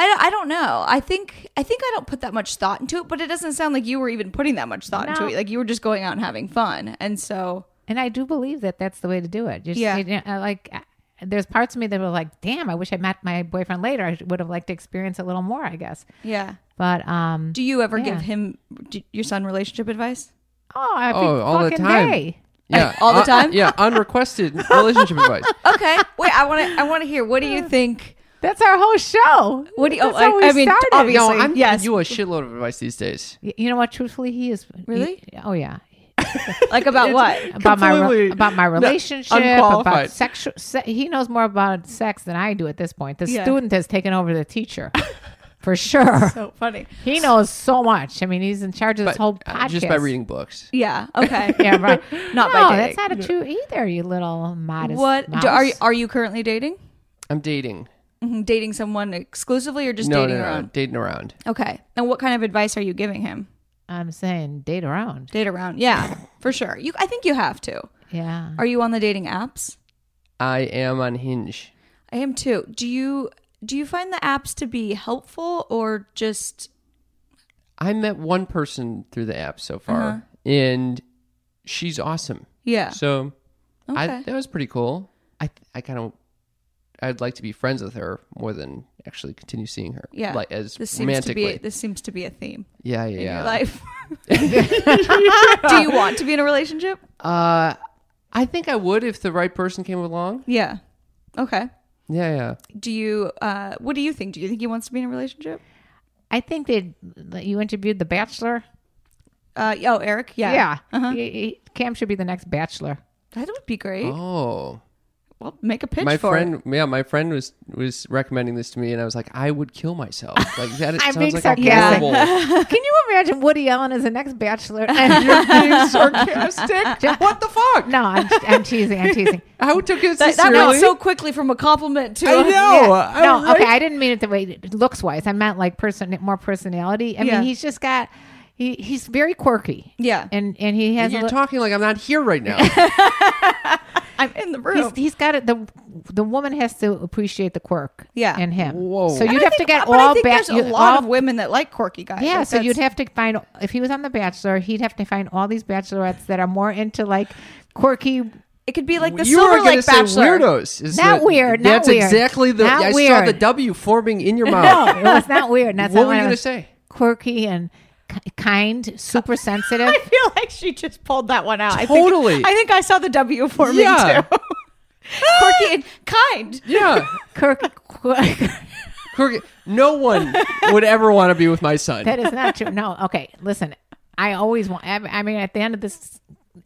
Speaker 2: don't, I don't know. I think I think I don't put that much thought into it, but it doesn't sound like you were even putting that much thought into
Speaker 4: No.
Speaker 2: it. Like you were just going out and having fun. And so
Speaker 4: And I do believe that that's the way to do it. Just,
Speaker 2: Yeah.
Speaker 4: you know, I like, I- there's parts of me that were like, damn, I wish I met my boyfriend later. I would have liked to experience a little more, I guess.
Speaker 2: yeah.
Speaker 4: But, um,
Speaker 2: Do you ever give
Speaker 4: Yeah.
Speaker 2: him d your son relationship advice?
Speaker 4: oh, every
Speaker 3: Oh, all the
Speaker 4: fucking
Speaker 3: time.
Speaker 4: day.
Speaker 3: Yeah.
Speaker 2: all the
Speaker 3: Un-
Speaker 2: time?
Speaker 3: yeah.
Speaker 2: <laughs>
Speaker 3: Unrequested relationship advice.
Speaker 2: Okay. Wait, I want to I want to hear what do you think?
Speaker 4: That's our whole show.
Speaker 2: What do you- oh,
Speaker 4: That's how
Speaker 2: I-
Speaker 4: we
Speaker 2: I mean,
Speaker 4: started.
Speaker 2: obvious-
Speaker 3: No,
Speaker 2: Obviously,
Speaker 3: I'm
Speaker 2: yes.
Speaker 3: giving you a shitload of advice these days.
Speaker 4: Y- You know what? Truthfully, he is. he-
Speaker 2: Really?
Speaker 4: oh, yeah.
Speaker 2: Like about what?
Speaker 3: <laughs>
Speaker 4: about my re-
Speaker 3: Completely
Speaker 4: about my relationship,
Speaker 3: unqualified.
Speaker 4: about sexual. Se- he knows more about sex than I do at this point. The
Speaker 2: Yeah.
Speaker 4: student has taken over
Speaker 2: <laughs>
Speaker 4: the teacher, for sure.
Speaker 2: So funny.
Speaker 4: he knows so much. I mean, he's in charge of this
Speaker 3: But,
Speaker 4: whole
Speaker 3: uh,
Speaker 4: podcast
Speaker 3: just by reading books.
Speaker 2: Yeah.
Speaker 3: <laughs>
Speaker 2: Okay.
Speaker 4: Yeah, right.
Speaker 2: Not by
Speaker 4: no,
Speaker 2: dating.
Speaker 4: that's not a true either. You little modest.
Speaker 2: What
Speaker 4: mouse.
Speaker 2: do, are you, are you currently dating?
Speaker 3: I'm dating.
Speaker 2: Mhm, Dating someone exclusively or just
Speaker 3: no,
Speaker 2: dating
Speaker 3: no, no,
Speaker 2: around?
Speaker 3: dating around.
Speaker 2: Okay. And what kind of advice are you giving him?
Speaker 4: I'm saying date around.
Speaker 2: Date around.
Speaker 3: <laughs>
Speaker 2: Yeah, for sure. You I think you have to.
Speaker 4: Yeah.
Speaker 2: Are you on the dating apps?
Speaker 3: I am on Hinge.
Speaker 2: I am too. Do you do you find the apps to be helpful or just
Speaker 3: I met one person through the app so far, and she's awesome.
Speaker 2: Uh-huh. yeah.
Speaker 3: So I,
Speaker 2: Okay.
Speaker 3: that was pretty cool. I I kind of I'd like to be friends with her more than actually continue seeing her.
Speaker 2: Yeah.
Speaker 3: like as
Speaker 2: This seems to
Speaker 3: romantically.
Speaker 2: be this seems to be a theme
Speaker 3: yeah, yeah.
Speaker 2: in
Speaker 3: yeah.
Speaker 2: your
Speaker 3: <laughs>
Speaker 2: life. do you want to be in a relationship?
Speaker 3: Uh, I think I would if the right person came along.
Speaker 2: Yeah. Okay.
Speaker 3: Yeah, yeah.
Speaker 2: Do you uh what do you think? Do you think he wants to be in a relationship?
Speaker 4: I think they you interviewed the Bachelor.
Speaker 2: Uh oh, Eric. Yeah.
Speaker 4: He- he- Cam should be the next Bachelor. <laughs>
Speaker 2: That would be great.
Speaker 3: Oh,
Speaker 2: Well, make a pitch
Speaker 3: my
Speaker 2: for it.
Speaker 3: friend. Yeah, my friend was was recommending this to me, and I was like, I would kill
Speaker 2: <laughs>
Speaker 3: myself. Like that. It
Speaker 4: I'm
Speaker 3: sounds
Speaker 4: being
Speaker 3: like
Speaker 4: sarcastic.
Speaker 3: a horrible.
Speaker 4: Can you imagine Woody Allen as the next Bachelor?
Speaker 3: You're being sarcastic. what the fuck?
Speaker 4: no, I'm, I'm teasing. I'm teasing.
Speaker 3: I took it
Speaker 2: That, that
Speaker 3: sincerely.
Speaker 2: went so quickly from a compliment to
Speaker 3: I
Speaker 2: a-
Speaker 3: know.
Speaker 4: Yeah.
Speaker 3: I
Speaker 4: No,
Speaker 3: was like-
Speaker 4: okay. I didn't mean it the way looks wise. I meant like person, more personality. I
Speaker 2: Yeah.
Speaker 4: mean, he's just got he he's very quirky.
Speaker 2: Yeah.
Speaker 4: and and he has a
Speaker 3: You're
Speaker 4: li-
Speaker 3: talking like I'm not here right now.
Speaker 2: I'm in the room.
Speaker 4: he's, he's got it. The the woman has to appreciate the quirk.
Speaker 2: Yeah.
Speaker 4: in him.
Speaker 3: Whoa.
Speaker 4: So
Speaker 3: And
Speaker 4: you'd
Speaker 2: I
Speaker 4: have to
Speaker 2: think-
Speaker 4: get
Speaker 2: but I
Speaker 4: all
Speaker 2: think
Speaker 4: back.
Speaker 2: There's a lot of women that like quirky guys.
Speaker 4: Yeah,
Speaker 2: Like,
Speaker 4: so you'd
Speaker 2: that's-
Speaker 4: have to find if he was on The Bachelor, he'd have to find all these bachelorettes that are more into like quirky.
Speaker 2: It could be like the
Speaker 3: you were
Speaker 2: Silver
Speaker 3: going to
Speaker 2: Lake
Speaker 3: say
Speaker 2: Bachelor.
Speaker 3: weirdos. Is
Speaker 4: Not
Speaker 3: the-
Speaker 4: weird, not
Speaker 3: That's
Speaker 4: weird.
Speaker 3: exactly the.
Speaker 4: Not
Speaker 3: I saw
Speaker 4: weird.
Speaker 3: the W forming in your
Speaker 4: <laughs> <laughs> No,
Speaker 3: mouth.
Speaker 4: it was not weird. and That's
Speaker 3: what
Speaker 4: not
Speaker 3: were you
Speaker 4: I
Speaker 3: going to
Speaker 4: was-
Speaker 3: say?
Speaker 4: Quirky and ki- kind, super sensitive.
Speaker 2: <laughs> <laughs> I feel like she just pulled that one out. I
Speaker 3: Totally.
Speaker 2: think, I, think I saw the W for
Speaker 3: Yeah.
Speaker 2: me too. <laughs> quirky and kind.
Speaker 3: Yeah. <laughs>
Speaker 4: Quirky. quirk. <laughs>
Speaker 3: Quirky. No one would ever want to be with my son.
Speaker 4: That is not true. No. Okay. Listen, I always want. I I mean, at the end of this,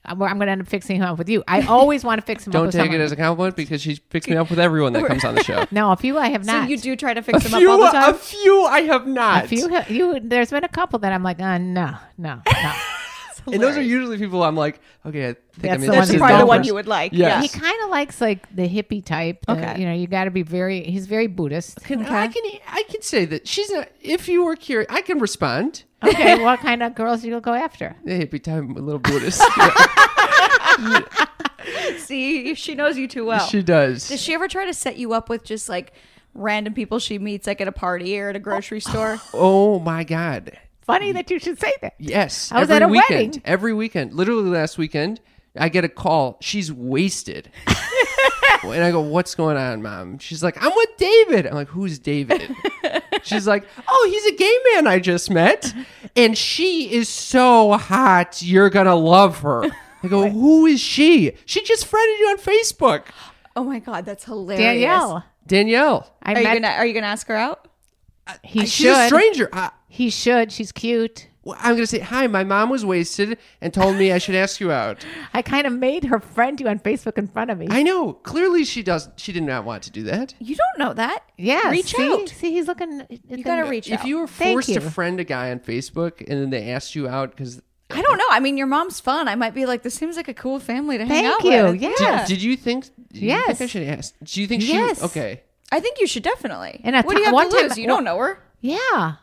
Speaker 4: I'm I'm going to end up fixing him up with you. I always want to fix him up.
Speaker 3: Don't
Speaker 4: with
Speaker 3: take
Speaker 4: someone.
Speaker 3: it as a compliment because she picks me up with everyone that comes on the
Speaker 4: <laughs>
Speaker 3: show.
Speaker 4: no. A few I have
Speaker 2: So
Speaker 4: not.
Speaker 2: you do try to fix them up all the time.
Speaker 3: a few I have not.
Speaker 4: A few. ha- You. There's been a couple that I'm like, uh, no, no, no.
Speaker 3: And those are usually people I'm like, okay, I think
Speaker 4: That's
Speaker 3: I'm
Speaker 4: the one
Speaker 2: That's
Speaker 3: interested in
Speaker 4: she's
Speaker 2: probably
Speaker 3: that
Speaker 2: the one
Speaker 3: person.
Speaker 2: you would like.
Speaker 3: Yes.
Speaker 4: He kind of likes like the hippie type. the-
Speaker 2: Okay.
Speaker 4: You know, you got to be very. He's very Buddhist.
Speaker 3: Can, I can I can say that she's not. If you were curious, I can respond.
Speaker 4: <laughs> Okay, what kind of girls do you go after?
Speaker 3: Hey, big time little
Speaker 4: <laughs>
Speaker 3: Buddhist.
Speaker 2: See, she knows you too well.
Speaker 3: she does.
Speaker 2: Does she ever try to set you up with just like random people she meets like at a party or at a grocery
Speaker 3: <laughs>
Speaker 2: store?
Speaker 3: oh my god.
Speaker 4: Funny that you should say that.
Speaker 3: Yes.
Speaker 4: I was
Speaker 3: every
Speaker 4: at a
Speaker 3: weekend.
Speaker 4: wedding.
Speaker 3: Every weekend. Literally last weekend, I get a call. She's
Speaker 4: <laughs>
Speaker 3: wasted. and I go, What's going on, mom? She's like, I'm with David. I'm like, Who's David? She's like, Oh, he's a gay man I just met. And she is so hot. You're going to love her. I go, Who is she? She just friended you on Facebook.
Speaker 2: Oh my god, that's hilarious.
Speaker 4: Danielle.
Speaker 3: Danielle.
Speaker 4: I
Speaker 2: Are you
Speaker 4: met.
Speaker 2: gonna are you gonna ask her out?
Speaker 4: he
Speaker 3: She's a
Speaker 4: should.
Speaker 3: stranger. I,
Speaker 4: he should. She's cute.
Speaker 3: I'm going to say, Hi, my mom was wasted and told me I should ask you out.
Speaker 4: I kind of made her friend you on Facebook in front of me.
Speaker 3: I know. Clearly, she does. She did not want to do that.
Speaker 2: You don't know that.
Speaker 4: yeah.
Speaker 2: Reach
Speaker 4: see?
Speaker 2: out.
Speaker 4: See, he's looking. You
Speaker 2: gotta reach
Speaker 3: If
Speaker 2: out.
Speaker 3: you were
Speaker 4: Thank
Speaker 3: forced
Speaker 4: you.
Speaker 3: to friend a guy on Facebook and then they asked you out because
Speaker 2: I don't know. I mean, your mom's fun. I might be like, this seems like a cool family to hang out
Speaker 4: Thank you.
Speaker 2: with.
Speaker 4: Yeah.
Speaker 3: did, did you think? Do you
Speaker 4: Yes.
Speaker 3: think I should ask. Do you think
Speaker 4: Yes.
Speaker 3: she? Okay.
Speaker 2: I think you should definitely.
Speaker 4: And I
Speaker 2: what do
Speaker 4: thought-
Speaker 2: you have
Speaker 4: one
Speaker 2: to
Speaker 4: time-
Speaker 2: lose? you don't know her.
Speaker 4: yeah.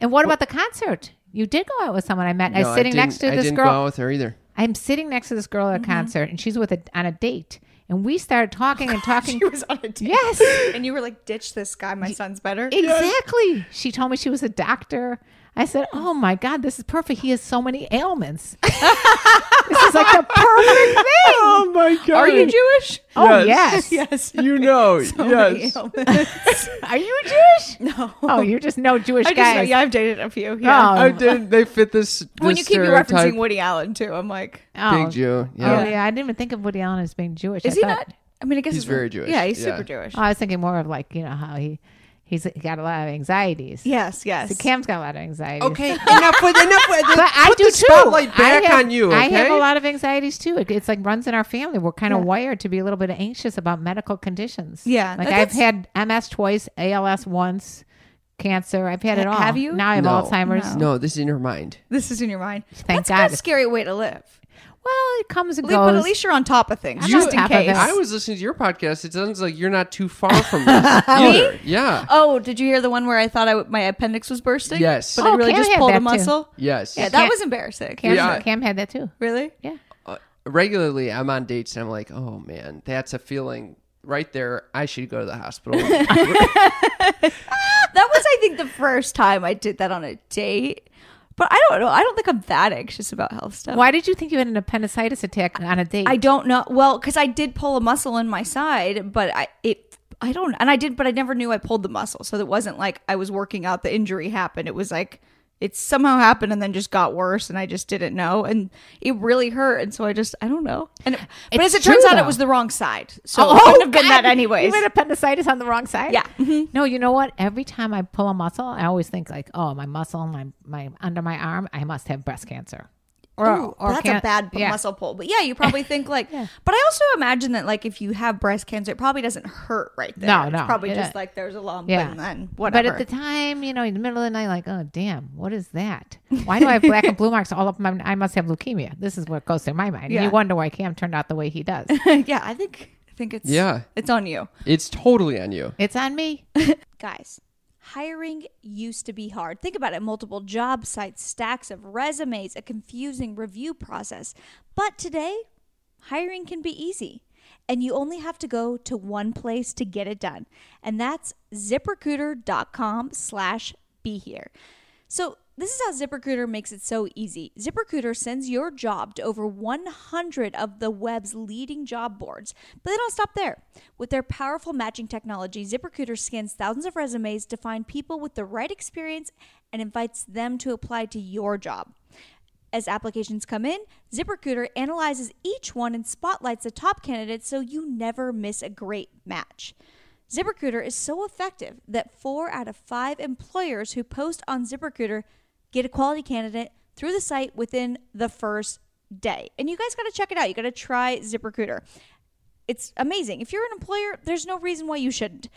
Speaker 4: And what about the concert? You did go out with someone I met. I
Speaker 3: No,
Speaker 4: was sitting
Speaker 3: didn't-
Speaker 4: next to
Speaker 3: I
Speaker 4: this
Speaker 3: didn't
Speaker 4: girl.
Speaker 3: go out with her
Speaker 4: <laughs>
Speaker 3: either.
Speaker 4: I'm sitting next to this girl
Speaker 2: Mm-hmm.
Speaker 4: at a concert, and she's with a, on a date, and we started talking and
Speaker 2: <laughs>
Speaker 4: talking.
Speaker 2: She was on a date.
Speaker 4: yes,
Speaker 2: And you were like, ditch this guy. My son's better.
Speaker 4: exactly. She told me she was a doctor. I said, "Oh my God, this is perfect. He has so many ailments. <laughs> this is like the perfect thing."
Speaker 3: Oh my god.
Speaker 2: Are you Jewish?
Speaker 4: Oh
Speaker 3: Yes.
Speaker 4: <laughs> yes,
Speaker 2: <laughs> Yes.
Speaker 3: You know.
Speaker 4: <laughs>
Speaker 2: Yes.
Speaker 4: Are you
Speaker 2: <laughs>
Speaker 4: Jewish?
Speaker 2: no.
Speaker 4: Oh, you're just no Jewish
Speaker 2: I just know.
Speaker 4: guys.
Speaker 2: Yeah, I've dated a few. Yeah.
Speaker 4: Oh.
Speaker 3: I did. They fit this.
Speaker 2: when you
Speaker 3: this
Speaker 2: keep you
Speaker 3: stereotype.
Speaker 2: referencing Woody Allen too, I'm like,
Speaker 4: oh.
Speaker 3: big Jew.
Speaker 4: Oh,
Speaker 3: Yeah.
Speaker 4: yeah. I didn't even think of Woody Allen as being Jewish.
Speaker 2: is
Speaker 4: I
Speaker 2: he
Speaker 4: thought-
Speaker 2: not? I mean, I guess
Speaker 3: He's
Speaker 2: it's-
Speaker 3: very Jewish.
Speaker 2: Yeah, he's
Speaker 3: Yeah.
Speaker 2: super Jewish.
Speaker 4: Oh, I was thinking more of like you know how he he's got a lot of anxieties.
Speaker 2: yes, yes.
Speaker 4: So Cam's got a lot of anxieties.
Speaker 3: Okay. enough with enough with.
Speaker 4: But I
Speaker 3: put
Speaker 4: do
Speaker 3: the
Speaker 4: too.
Speaker 3: spotlight
Speaker 4: I
Speaker 3: back
Speaker 4: have-
Speaker 3: on you.
Speaker 4: I have
Speaker 3: okay?
Speaker 4: a lot of anxieties too. It, it's like runs in our family. We're kind of wired to be a little bit anxious about medical conditions.
Speaker 2: Yeah,
Speaker 4: like
Speaker 2: that-
Speaker 4: I've
Speaker 2: that's-
Speaker 4: had MS twice, ALS once, cancer. I've had it all.
Speaker 2: Have you?
Speaker 4: Now I have
Speaker 3: No.
Speaker 4: Alzheimer's.
Speaker 3: No, this is in her mind.
Speaker 2: this is in your mind.
Speaker 4: Thank
Speaker 2: That's kind of
Speaker 4: God.
Speaker 2: a scary way to live.
Speaker 4: Well, it comes and
Speaker 2: Lee, But at
Speaker 4: goes.
Speaker 2: least you're on top of things,
Speaker 4: I'm on
Speaker 2: just in
Speaker 4: top of
Speaker 2: case.
Speaker 4: it.
Speaker 3: I was listening to your podcast. It sounds like you're not too far
Speaker 2: <laughs>
Speaker 3: from this either. Yeah.
Speaker 2: Oh, did you hear the one where I thought I w- my appendix was bursting?
Speaker 3: Yes.
Speaker 2: but
Speaker 4: Oh,
Speaker 2: I really
Speaker 4: Cam
Speaker 2: just
Speaker 4: had
Speaker 2: pulled
Speaker 4: that
Speaker 2: a
Speaker 4: too.
Speaker 2: muscle.
Speaker 3: Yes.
Speaker 2: Yeah, that
Speaker 4: Cam-
Speaker 2: was embarrassing.
Speaker 4: Cam,
Speaker 3: Yeah.
Speaker 4: Cam had that too.
Speaker 2: Really?
Speaker 4: Yeah.
Speaker 3: Uh, regularly, I'm on dates and I'm like, oh man, that's a feeling right there. I should go to
Speaker 2: <laughs>
Speaker 3: the hospital.
Speaker 2: That was, I think, the first time I did that on a date. But I don't know. I don't think I'm that anxious about health stuff.
Speaker 4: Why did you think you had an appendicitis attack on a date?
Speaker 2: I don't know. Well, because I did pull a muscle in my side, but I it I don't and I did, but I never knew I pulled the muscle, so it wasn't like I was working out. The injury happened. It was like it somehow happened and then just got worse, and I just didn't know, and it really hurt, and so I just I don't know. And but
Speaker 4: It's
Speaker 2: as it turns
Speaker 4: true,
Speaker 2: out,
Speaker 4: though. Oh,
Speaker 2: it was the wrong side, so
Speaker 4: <laughs>
Speaker 2: it wouldn't have been
Speaker 4: God.
Speaker 2: that anyways.
Speaker 4: You had appendicitis on the wrong side.
Speaker 2: Yeah. mm-hmm.
Speaker 4: No, you know what? Every time I pull a muscle, I always think like, oh, my muscle, my my under my arm, I must have breast cancer. Or,
Speaker 2: Ooh, that's
Speaker 4: can-
Speaker 2: a bad
Speaker 4: yeah.
Speaker 2: muscle pull. But yeah, you probably think
Speaker 4: <laughs>
Speaker 2: like. But I also imagine that like if you have breast cancer, it probably doesn't hurt right there.
Speaker 4: No,
Speaker 2: it's
Speaker 4: no,
Speaker 2: probably
Speaker 4: it-
Speaker 2: just like there's a lump
Speaker 4: yeah.
Speaker 2: and then whatever.
Speaker 4: But at the time, you know, in the middle of the night, like, oh damn, what is that? Why do I have black and blue marks all up my? I must have leukemia. This is what goes through my mind. And
Speaker 2: Yeah.
Speaker 4: you wonder why Cam turned out the way
Speaker 2: <laughs>
Speaker 4: he does.
Speaker 2: yeah, I think I think it's
Speaker 3: Yeah.
Speaker 2: it's on you,
Speaker 3: it's totally on you.
Speaker 4: it's on me.
Speaker 1: Guys, hiring used to be hard. Think about it multiple job sites, stacks of resumes, a confusing review process. But today, hiring can be easy. And you only have to go to one place to get it done. And that's ziprecruiter.com slash be here. So, this is how ZipRecruiter makes it so easy. ZipRecruiter sends your job to over 100 of the web's leading job boards, but they don't stop there. With their powerful matching technology, ZipRecruiter scans thousands of resumes to find people with the right experience and invites them to apply to your job. As applications come in, ZipRecruiter analyzes each one and spotlights the top candidates so you never miss a great match. ZipRecruiter is so effective that four out of five employers who post on ZipRecruiter get a quality candidate through the site within the first day. And you guys got to check it out. You got to try ZipRecruiter. It's amazing. If you're an employer, there's no reason why you shouldn't.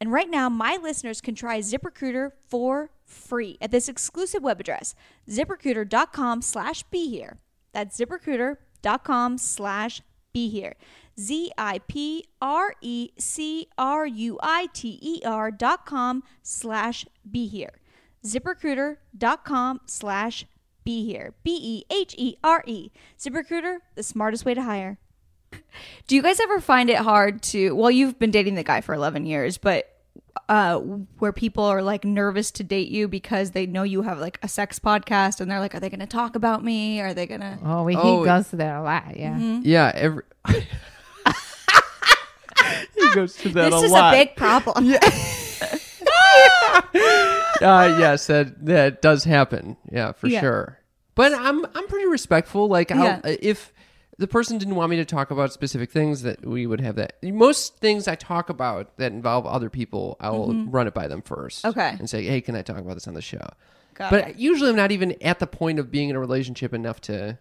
Speaker 1: And right now, my listeners can try ZipRecruiter for free at this exclusive web address, ziprecruiter.com slash be here. That's ziprecruiter.com slash be here. Z I P R E C R U I T E R dot com slash be here. ZipRecruiter.com slash be here. B E H E R E. ZipRecruiter, the smartest way to hire.
Speaker 2: Do you guys ever find it hard to? Well, you've been dating the guy for 11 years, but uh, where people are like nervous to date you because they know you have like a sex podcast and they're like, are they going to talk about me? Are they going to.
Speaker 4: Oh, we,
Speaker 3: Oh,
Speaker 4: he goes to that a lot. Yeah.
Speaker 2: mm-hmm.
Speaker 3: Yeah, every. <laughs> he goes to
Speaker 4: Oh,
Speaker 3: that
Speaker 2: This
Speaker 3: a
Speaker 2: is
Speaker 3: lot.
Speaker 2: a big problem.
Speaker 3: <laughs> uh, yes, that that does happen. Yeah, for
Speaker 2: Yeah.
Speaker 3: sure. But I'm I'm pretty respectful. Like, I'll,
Speaker 2: Yeah.
Speaker 3: if the person didn't want me to talk about specific things, that we would have that. Most things I talk about that involve other people, I'll run it by them first.
Speaker 2: Mm-hmm. Okay.
Speaker 3: and say, hey, can I talk about this on the show?
Speaker 2: Got
Speaker 3: but usually, I'm not even at the point of being in a relationship enough to,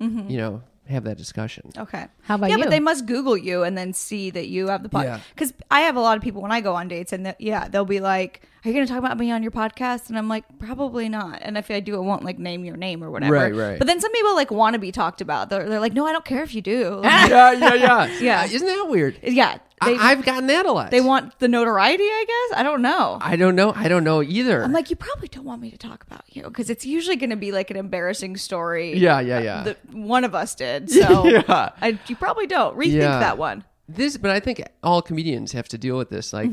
Speaker 2: Mm-hmm.
Speaker 3: you know, have
Speaker 2: <laughs>
Speaker 3: that discussion.
Speaker 2: Okay.
Speaker 4: How about
Speaker 2: yeah,
Speaker 4: you?
Speaker 2: but they must Google you and then see that you have the
Speaker 3: Yeah.
Speaker 2: podcast. Because I have a lot of people when I go on dates, and that yeah, they'll be like, "Are you going to talk about me on your podcast?" And I'm like, "Probably not." And if I do, it won't like name your name or whatever.
Speaker 3: Right, right.
Speaker 2: But then some people like want to be talked about. They're, they're like, "No, I don't care if you
Speaker 4: <laughs>
Speaker 2: do." Like,
Speaker 3: yeah, yeah, yeah,
Speaker 2: Yeah.
Speaker 3: Isn't that weird?
Speaker 2: yeah, they
Speaker 3: I, I've gotten that a lot.
Speaker 2: they want the notoriety. I guess I don't know.
Speaker 3: I don't know. I don't know either.
Speaker 2: I'm like, you probably don't want me to talk about you because it's usually going to be like an embarrassing story.
Speaker 3: yeah, yeah, yeah.
Speaker 2: that one of us
Speaker 3: <laughs>
Speaker 2: did. So
Speaker 3: Yeah.
Speaker 2: I, you probably don't rethink
Speaker 3: Yeah.
Speaker 2: that one.
Speaker 3: this, but I think all comedians have to deal with this. Like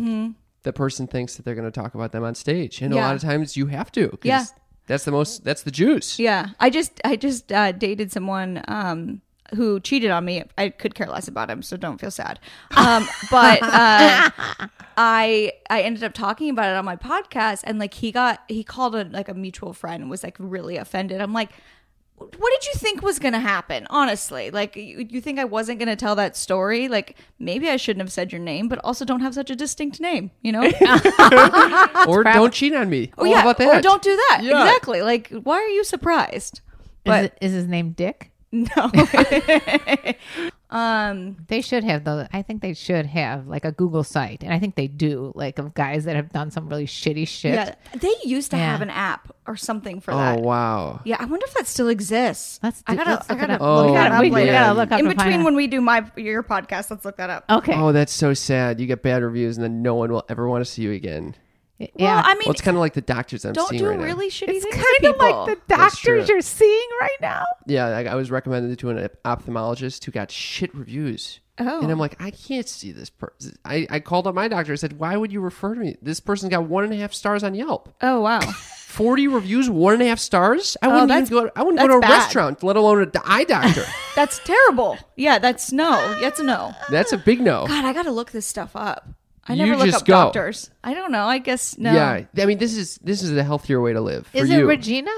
Speaker 3: the person thinks that they're going to talk about them on stage, and a
Speaker 2: Mm-hmm. Yeah.
Speaker 3: lot of times you have to. 'cause
Speaker 2: Yeah.
Speaker 3: That's the most. That's the juice.
Speaker 2: Yeah, I just I just uh, dated someone um, who cheated on me. I could care less about him, so don't feel sad. Um, but
Speaker 4: <laughs>
Speaker 2: uh, I I ended up talking about it on my podcast, and like he got he called a, like a mutual friend and was like really offended. I'm like. What did you think was going to happen? Honestly, like you, you think I wasn't going to tell that story? Like maybe I shouldn't have said your name, but also don't have such a distinct name, you
Speaker 4: <laughs>
Speaker 2: know?
Speaker 3: Or don't cheat on me.
Speaker 2: Oh yeah,
Speaker 3: How about that?
Speaker 2: or don't do that.
Speaker 3: Yeah.
Speaker 2: Exactly. Like why are you surprised?
Speaker 4: is, it, is his name Dick?
Speaker 2: No. um.
Speaker 4: They should have though. I think they should have like a Google site, and I think they do like of guys that have done some really shitty shit.
Speaker 2: <laughs> Yeah, they used to
Speaker 4: Yeah.
Speaker 2: have an app or something for
Speaker 3: Oh
Speaker 2: that.
Speaker 3: wow.
Speaker 2: Yeah, I wonder if that still exists.
Speaker 4: Let's
Speaker 2: I
Speaker 4: do-
Speaker 2: gotta,
Speaker 4: let's
Speaker 2: I
Speaker 4: look it
Speaker 2: gotta
Speaker 4: up.
Speaker 2: look
Speaker 3: Oh,
Speaker 2: that up
Speaker 4: we,
Speaker 3: man.
Speaker 4: we
Speaker 2: later.
Speaker 4: gotta look up
Speaker 2: In
Speaker 4: and find
Speaker 2: between
Speaker 4: out.
Speaker 2: when we do my your podcast, let's look that up.
Speaker 4: Okay.
Speaker 3: Oh, that's so sad. You get bad reviews, and then no one will ever want to see you again.
Speaker 4: yeah.
Speaker 2: Well, I mean,
Speaker 3: Well, it's kind of like the doctors I'm
Speaker 2: don't
Speaker 3: seeing
Speaker 2: do
Speaker 3: right now.
Speaker 2: really shitty
Speaker 4: it's
Speaker 2: things to
Speaker 4: kind of
Speaker 2: people.
Speaker 4: like the
Speaker 3: That's
Speaker 4: doctors
Speaker 3: true.
Speaker 4: you're seeing right now.
Speaker 3: Yeah, I, I was recommended to an ophthalmologist who got shit reviews.
Speaker 2: Oh.
Speaker 3: And I'm like, I can't see this person. I, I called up my doctor. I said, Why would you refer to me? This person got one and a half stars on Yelp.
Speaker 2: oh wow.
Speaker 3: 40 reviews, one and a half stars? I
Speaker 4: Oh,
Speaker 3: wouldn't even
Speaker 2: that's-
Speaker 3: go, I wouldn't go to a
Speaker 2: that's bad.
Speaker 3: restaurant, let alone an eye
Speaker 4: <laughs>
Speaker 3: doctor.
Speaker 2: That's terrible. Yeah, that's no. That's a no.
Speaker 3: That's a big no.
Speaker 2: God, I gotta look this stuff up. I
Speaker 3: You
Speaker 2: never look
Speaker 3: just
Speaker 2: up
Speaker 3: go.
Speaker 2: doctors. I don't know. I guess no.
Speaker 3: Yeah. I mean, this is this is the healthier way to live. For
Speaker 4: Is
Speaker 3: you.
Speaker 4: it <laughs> Regina?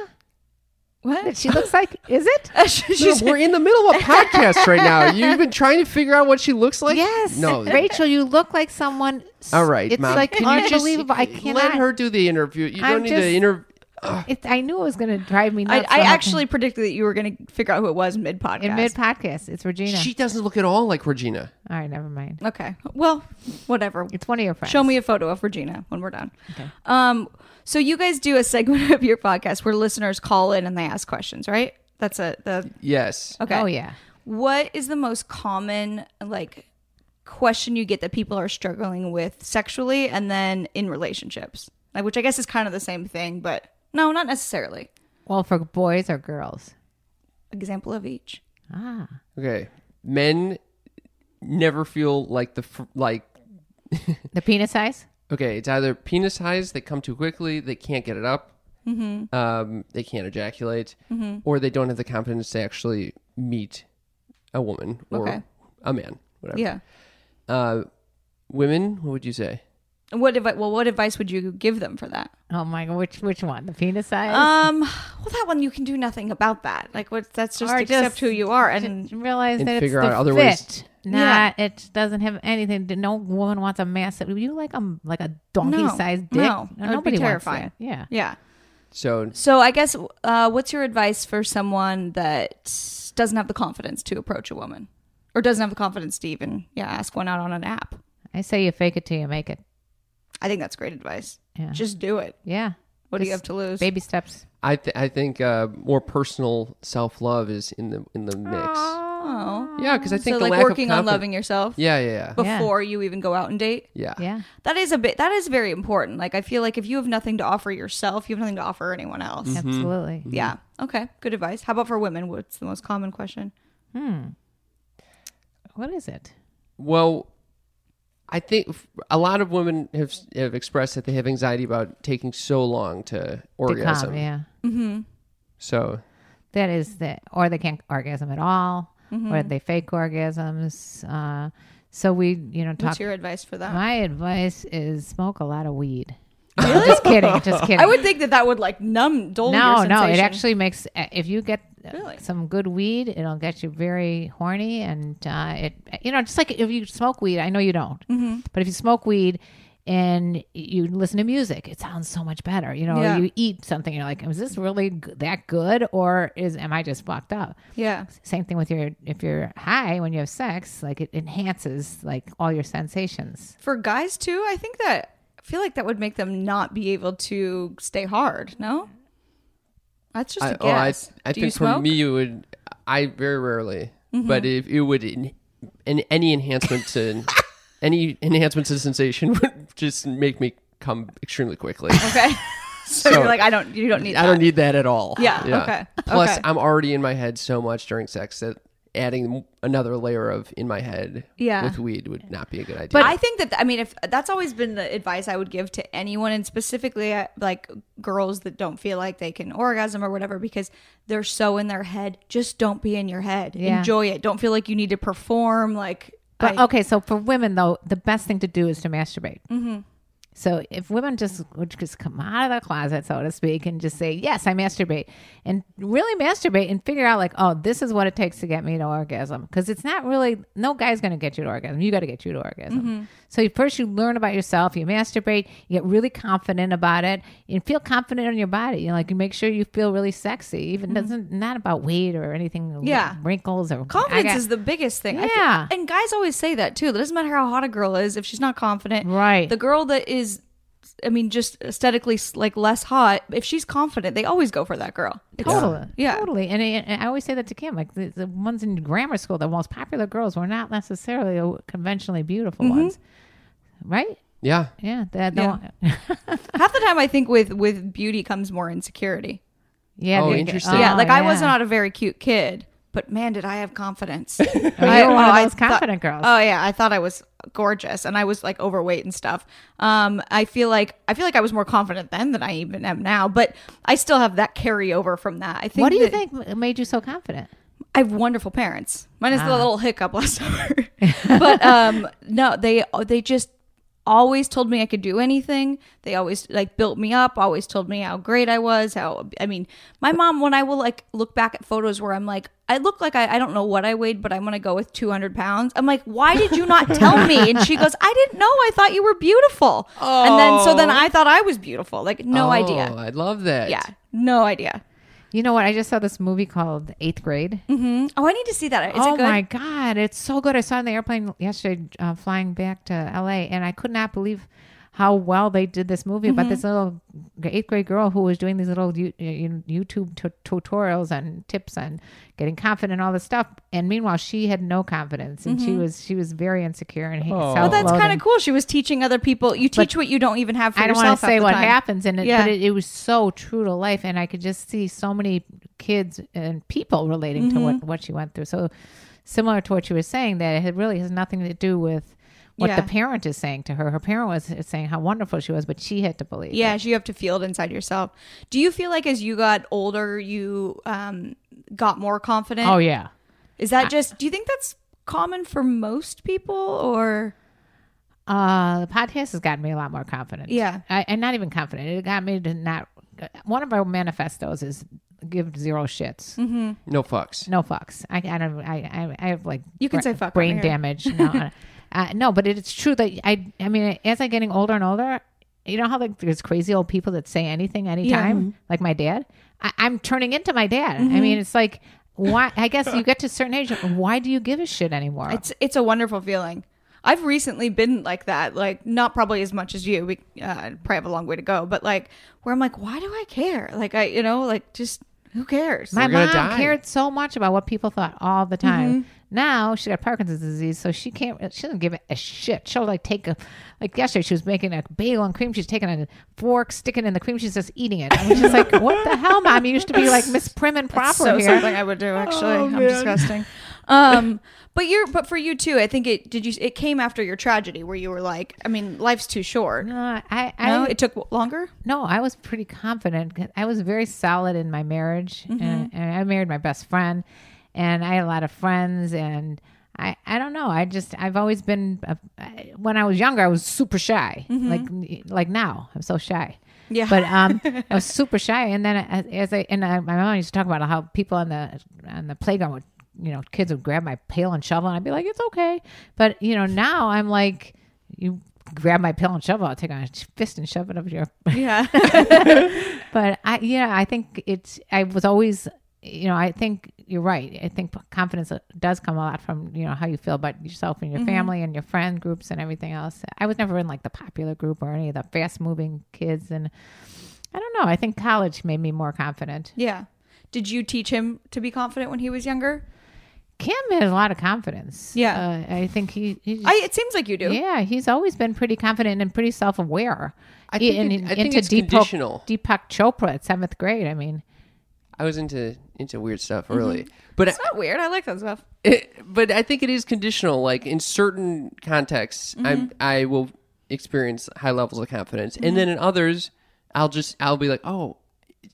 Speaker 2: What? <laughs>
Speaker 4: She looks like. Is it?
Speaker 2: She's
Speaker 3: No, we're in the middle
Speaker 4: <laughs>
Speaker 3: of a podcast right now. You've been trying to figure out what she looks like?
Speaker 4: Yes. <laughs>
Speaker 3: No.
Speaker 4: Rachel, you look like someone. s-
Speaker 3: All right,
Speaker 4: It's
Speaker 3: Mom.
Speaker 4: like
Speaker 3: Can you just
Speaker 4: unbelievable. I cannot.
Speaker 3: Let her do the interview. You
Speaker 4: I'm
Speaker 3: don't need
Speaker 4: just-
Speaker 3: to interview.
Speaker 4: It, I knew it was going to drive me
Speaker 2: I,
Speaker 4: nuts.
Speaker 2: I
Speaker 4: when
Speaker 2: actually predicted that you were going to figure out who it was mid podcast.
Speaker 4: in mid podcast. It's Regina.
Speaker 3: She doesn't look at all like Regina.
Speaker 4: All right, never mind.
Speaker 2: okay. Well, whatever.
Speaker 4: It's one of your friends.
Speaker 2: Show me a photo of Regina when we're done. Um, so you guys do a segment <laughs> of your podcast where listeners call in and they ask questions, right? That's a the
Speaker 3: Yes.
Speaker 2: okay.
Speaker 4: Oh yeah.
Speaker 2: What is the most common like question you get that people are struggling with sexually and then in relationships? Like, which I guess is kind of the same thing, but no, not necessarily.
Speaker 4: Well, for boys or girls.
Speaker 2: Example of each.
Speaker 4: Ah.
Speaker 3: Okay. Men never feel like the fr- like
Speaker 4: The penis size.
Speaker 3: okay, it's either penis highs that come too quickly, they can't get it up,
Speaker 2: Mm-hmm.
Speaker 3: um, they can't ejaculate, or they don't have the confidence to actually meet a woman or
Speaker 2: Okay.
Speaker 3: a man, whatever.
Speaker 2: Yeah.
Speaker 3: Uh, women, what would you say?
Speaker 2: What advice? Well, what advice would you give them for that?
Speaker 4: Oh my god. Which which one? The penis size.
Speaker 2: Um, well, that one you can do nothing about that. Like, what? That's just
Speaker 4: Or
Speaker 2: accept
Speaker 4: just-
Speaker 2: who you are,
Speaker 4: and
Speaker 2: and
Speaker 4: realize
Speaker 3: and
Speaker 4: that
Speaker 3: figure
Speaker 4: it's
Speaker 3: out
Speaker 4: the
Speaker 3: other
Speaker 4: fit.
Speaker 3: ways-
Speaker 4: Not it doesn't have anything. to- No woman wants a massive. You like a like a donkey sized dick.
Speaker 2: No, that would be
Speaker 4: nobody
Speaker 2: terrifying.
Speaker 4: wants that. Yeah.
Speaker 2: yeah.
Speaker 3: So
Speaker 2: So I guess, uh, what's your advice for someone that doesn't have the confidence to approach a woman, or doesn't have the confidence to even yeah ask one out on an app?
Speaker 4: I say you fake it till you make it.
Speaker 2: I think that's great advice.
Speaker 4: Yeah.
Speaker 2: Just do it.
Speaker 4: Yeah.
Speaker 2: What do you have
Speaker 4: Just
Speaker 2: to lose?
Speaker 4: Baby steps.
Speaker 3: I th- I think uh, more personal self love is in the in the mix.
Speaker 2: Oh.
Speaker 3: Yeah, because I think
Speaker 2: So
Speaker 3: the
Speaker 2: like
Speaker 3: lack
Speaker 2: working
Speaker 3: of
Speaker 2: on
Speaker 3: confidence-
Speaker 2: loving yourself
Speaker 3: Yeah, yeah, yeah,
Speaker 4: Yeah.
Speaker 2: before you even go out and date.
Speaker 3: yeah.
Speaker 4: Yeah.
Speaker 2: That is a bit that is very important. Like I feel like if you have nothing to offer yourself, you have nothing to offer anyone else.
Speaker 4: Mm-hmm. Absolutely.
Speaker 2: Yeah. Okay. Good advice. How about for women? What's the most common question?
Speaker 4: Hmm. What is it?
Speaker 3: Well, I think f- a lot of women have have expressed that they have anxiety about taking so long to
Speaker 4: To come,
Speaker 3: orgasm.
Speaker 4: yeah.
Speaker 3: So
Speaker 4: That is the or they can't orgasm at all,
Speaker 2: Mm-hmm.
Speaker 4: or they fake orgasms. Uh, so we, you know, talk.
Speaker 2: What's your advice for that?
Speaker 4: My advice is smoke a lot of
Speaker 2: <laughs>
Speaker 4: weed. I'm just kidding. Just kidding.
Speaker 2: I would think that that would like numb, dull your
Speaker 4: no, no. It
Speaker 2: sensation.
Speaker 4: actually makes if you get uh,
Speaker 2: Really?
Speaker 4: some good weed, it'll get you very horny, and uh, it you know just like if you smoke weed. I know you don't,
Speaker 2: Mm-hmm.
Speaker 4: but if you smoke weed and you listen to music, it sounds so much better. You know, or
Speaker 2: Yeah.
Speaker 4: you eat something, you're like, is this really g- that good, or is am I just fucked up?
Speaker 2: Yeah.
Speaker 4: Same thing with your if you're high when you have sex, like it enhances like all your sensations.
Speaker 2: For guys too, I think that I feel like that would make them not be able to stay hard. No, that's just a
Speaker 3: I,
Speaker 2: guess.
Speaker 3: oh, I, I
Speaker 2: Do you
Speaker 3: think for
Speaker 2: smoke? Mm-hmm.
Speaker 3: me it would. I very rarely, but if it would, in, in any enhancement
Speaker 2: <laughs>
Speaker 3: to any enhancement to sensation would just make me come extremely quickly.
Speaker 2: Okay. <laughs> so,
Speaker 3: So-
Speaker 2: you're like, I don't, you don't need.
Speaker 3: I
Speaker 2: that.
Speaker 3: don't need that at all.
Speaker 2: Yeah, okay,
Speaker 3: Plus,
Speaker 2: okay.
Speaker 3: I'm already in my head so much during sex that adding another layer of in my head
Speaker 2: Yeah.
Speaker 3: with weed would not be a good idea.
Speaker 2: But I think that I mean, if that's always been the advice I would give to anyone, and specifically uh, like girls that don't feel like they can orgasm or whatever because they're so in their head. Just don't be in your head.
Speaker 4: Yeah.
Speaker 2: Enjoy it. Don't feel like you need to perform. Like,
Speaker 4: But
Speaker 2: I-
Speaker 4: okay, so for women though, the best thing to do is to masturbate. Mm-hmm. So if women just would just come out of the closet, so to speak, and just say, "Yes, I masturbate," and really masturbate and figure out like, "Oh, this is what it takes to get me to orgasm," because it's not really no guy's going to get you to orgasm. You got to get you to orgasm.
Speaker 2: Mm-hmm.
Speaker 4: So you, first, you learn about yourself. You masturbate. You get really confident about it, and feel confident in your body. You know, like you make sure you feel really sexy. Even doesn't not about weight or anything.
Speaker 2: Mm-hmm. Yeah.
Speaker 4: wrinkles or I
Speaker 2: Confidence
Speaker 4: got-
Speaker 2: is the biggest thing. I
Speaker 4: Yeah.
Speaker 2: thi- and guys always say that too. It doesn't matter how hot a girl is if she's not confident.
Speaker 4: Right.
Speaker 2: The girl that is, I mean, just aesthetically like less hot. If she's confident, they always go for that girl. It's-
Speaker 4: Totally.
Speaker 2: Yeah.
Speaker 4: Totally. And I, and I always say that to Kim. Like the, the ones in grammar school, the most popular girls were not necessarily the conventionally beautiful
Speaker 2: Mm-hmm.
Speaker 4: ones. Right?
Speaker 3: yeah.
Speaker 4: Yeah. That,
Speaker 2: Yeah.
Speaker 4: yeah.
Speaker 2: Half the time, I think with with beauty comes more insecurity.
Speaker 4: <laughs> yeah.
Speaker 3: Oh,
Speaker 4: they-
Speaker 3: interesting.
Speaker 2: yeah. Like I was
Speaker 4: yeah.
Speaker 2: not a very cute kid, but man, did I have confidence. I,
Speaker 4: <laughs> you were one of
Speaker 2: I
Speaker 4: those
Speaker 2: thought-
Speaker 4: confident girls.
Speaker 2: Oh yeah, I thought I was gorgeous, and I was like overweight and stuff. Um, I feel like I feel like I was more confident then than I even am now, but I still have that carryover from that. I think.
Speaker 4: What do you
Speaker 2: that-
Speaker 4: think m- made you so confident?
Speaker 2: I have wonderful parents. Minus
Speaker 4: Ah.
Speaker 2: the little hiccup last <laughs>
Speaker 4: <laughs>
Speaker 2: summer. but um no, they they just always told me I could do anything. They always like built me up, always told me how great I was, how I mean, my mom when I will like look back at photos where I'm like I look like I, I don't know what I weighed, but I'm gonna go with 200 pounds. I'm like, why did you not tell me? And she goes, I didn't know. I thought you were beautiful. And then so then
Speaker 4: Oh.
Speaker 2: I thought I was beautiful. Like no
Speaker 3: oh,
Speaker 2: idea.
Speaker 3: I love that.
Speaker 2: Yeah, no idea.
Speaker 4: You know what? I just saw this movie called Eighth Grade.
Speaker 2: Oh, I need to see that. Is
Speaker 4: oh
Speaker 2: it good?
Speaker 4: my god, it's so good! I saw it on the airplane yesterday, uh, flying back to L.A., and I could not believe how well they did this movie
Speaker 2: Mm-hmm.
Speaker 4: about this little eighth grade girl who was doing these little you, you, YouTube tu- tutorials and tips on getting confident and all this stuff. And meanwhile, she had no confidence, and she was she was very insecure and oh.
Speaker 2: Mm-hmm. Well, that's kind of cool. She was teaching other people. You teach what you don't even have for
Speaker 4: I don't
Speaker 2: yourself.
Speaker 4: want to
Speaker 2: half
Speaker 4: say
Speaker 2: the
Speaker 4: what
Speaker 2: time.
Speaker 4: happens, and it,
Speaker 2: Yeah.
Speaker 4: but it, it was so true to life, and I could just see so many kids and people relating to
Speaker 2: Mm-hmm.
Speaker 4: what what she went through. So similar to what you were saying, that it really has nothing to do with what
Speaker 2: Yeah.
Speaker 4: the parent is saying to her. Her parent was saying how wonderful she was, but she had to believe.
Speaker 2: Yeah, so you have to feel it inside yourself. Do you feel like as you got older, you um, got more confident?
Speaker 4: Oh yeah.
Speaker 2: Is that just? Do you think that's common for most people, or
Speaker 4: Uh, the podcast has gotten me a lot more confident.
Speaker 2: Yeah.
Speaker 4: I, and not even confident. It got me to not. One of our manifestos is give zero shits.
Speaker 3: No fucks.
Speaker 4: No fucks. I, I don't. I, I I have like
Speaker 2: You can
Speaker 4: bra-
Speaker 2: say fuck on
Speaker 4: brain
Speaker 2: air.
Speaker 4: damage. No,
Speaker 2: <laughs>
Speaker 4: uh, no, but it's true that I. I mean, as I'm getting older and older, you know how like there's crazy old people that say anything anytime,
Speaker 2: Mm-hmm.
Speaker 4: like my dad. I, I'm turning into my dad. I mean, it's like why? I guess
Speaker 2: <laughs>
Speaker 4: you get to a certain age. Why do you give a shit anymore?
Speaker 2: it's it's a wonderful feeling? I've recently been like that, like not probably as much as you. We uh, probably have a long way to go, but like where I'm like, why do I care? Like I, you know, like just Who cares?
Speaker 4: My
Speaker 3: We're gonna
Speaker 4: mom
Speaker 3: die. Mm-hmm.
Speaker 4: cared so much about what people thought all the time. Now she got Parkinson's disease, so she can't. She doesn't give a shit. She'll like take a like yesterday. She was making a bagel and cream. She's taking a fork, sticking it in the cream. She's just eating it. I'm just like, what the hell, mom? You used to be like Miss Prim and Proper
Speaker 2: so
Speaker 4: here. Oh,
Speaker 2: something I would
Speaker 4: <laughs>
Speaker 2: do actually. I'm disgusting. Um, but you're but for you too. I think it did you. It came after your tragedy where you were like, I mean, life's too short.
Speaker 4: No, I, I
Speaker 2: No, it took longer.
Speaker 4: no, I was pretty confident. 'cause I was very solid in my marriage, and, and I married my best friend, and I had a lot of friends, and I, I don't know. I just I've always been a, I- when I was younger, I was super shy. Like like now, I'm so shy.
Speaker 2: Yeah.
Speaker 4: <laughs> But um, I was super shy, and then as, as I and I, my mom used to talk about how people on the on the playground would, you know, kids would grab my pail and shovel, and I'd be like, "It's okay." But you know, now I'm like, you grab my pail and shovel, I'll take a fist and shove it up your
Speaker 2: Yeah.
Speaker 4: <laughs> but I, yeah, I think it's, I was always, you know, I think you're right. I think confidence uh, does come a lot from, you know, how you feel about yourself and your
Speaker 3: Mm-hmm.
Speaker 4: family and your friend groups and everything else. I was never in like the popular group or any of the fast moving kids. And I don't know. I think college made me more confident.
Speaker 2: <laughs> yeah. Did you teach him to be confident when he was younger?
Speaker 4: Kim had a lot of confidence.
Speaker 2: Yeah.
Speaker 4: Uh, I think he, he
Speaker 2: I. It seems like you do.
Speaker 4: yeah, he's always been pretty confident and pretty E, self aware.
Speaker 3: I think it- I think it's conditional.
Speaker 4: Deepak Chopra at seventh grade. I mean,
Speaker 3: I was into into weird stuff
Speaker 2: Mm-hmm.
Speaker 3: early, but I,
Speaker 2: It's not weird. I like that stuff.
Speaker 3: but I think it is conditional. Like in certain contexts,
Speaker 2: Mm-hmm.
Speaker 3: I I will experience high levels of confidence, and then in others, I'll just I'll be like, oh,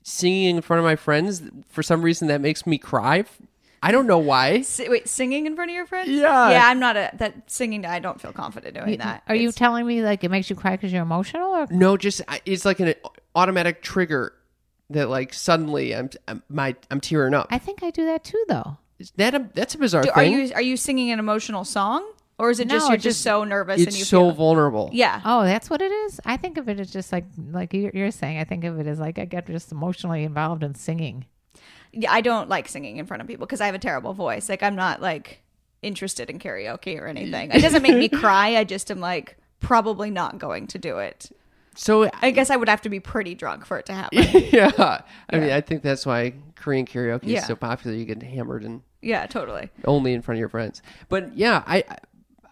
Speaker 3: singing in front of my friends for some reason that makes me cry. I don't know why.
Speaker 2: Si- wait, singing in front of your friends?
Speaker 3: Yeah.
Speaker 2: Yeah, I'm not a that singing. I don't feel confident doing that.
Speaker 4: Are you
Speaker 2: It's-
Speaker 4: telling me like it makes you cry because you're emotional? Or
Speaker 3: No, just I- it's like an automatic trigger that like suddenly I'm, I'm my I'm tearing up.
Speaker 4: I think I do that too, though.
Speaker 3: Is that a, that's a bizarre
Speaker 2: do-
Speaker 3: thing.
Speaker 2: are you are you singing an emotional song, or is it just
Speaker 4: No,
Speaker 2: you're
Speaker 4: it
Speaker 2: just,
Speaker 4: just-
Speaker 2: so nervous and you
Speaker 3: it's so
Speaker 2: feel?
Speaker 3: vulnerable.
Speaker 2: Yeah.
Speaker 4: Oh, that's what it is. I think of it as just like like you're, you're saying. I think of it as like I get just emotionally involved in singing.
Speaker 2: yeah, I don't like singing in front of people because I have a terrible voice. Like I'm not like interested in karaoke or anything. It doesn't make <laughs> me cry. I just am like probably not going to do it.
Speaker 3: So <laughs>
Speaker 2: I guess I would have to be pretty drunk for it to <laughs> happen.
Speaker 3: yeah. I mean, I think that's why Korean karaoke
Speaker 2: Yeah.
Speaker 3: is so popular. You get hammered and
Speaker 2: yeah, totally.
Speaker 3: only in front of your friends. But yeah, I,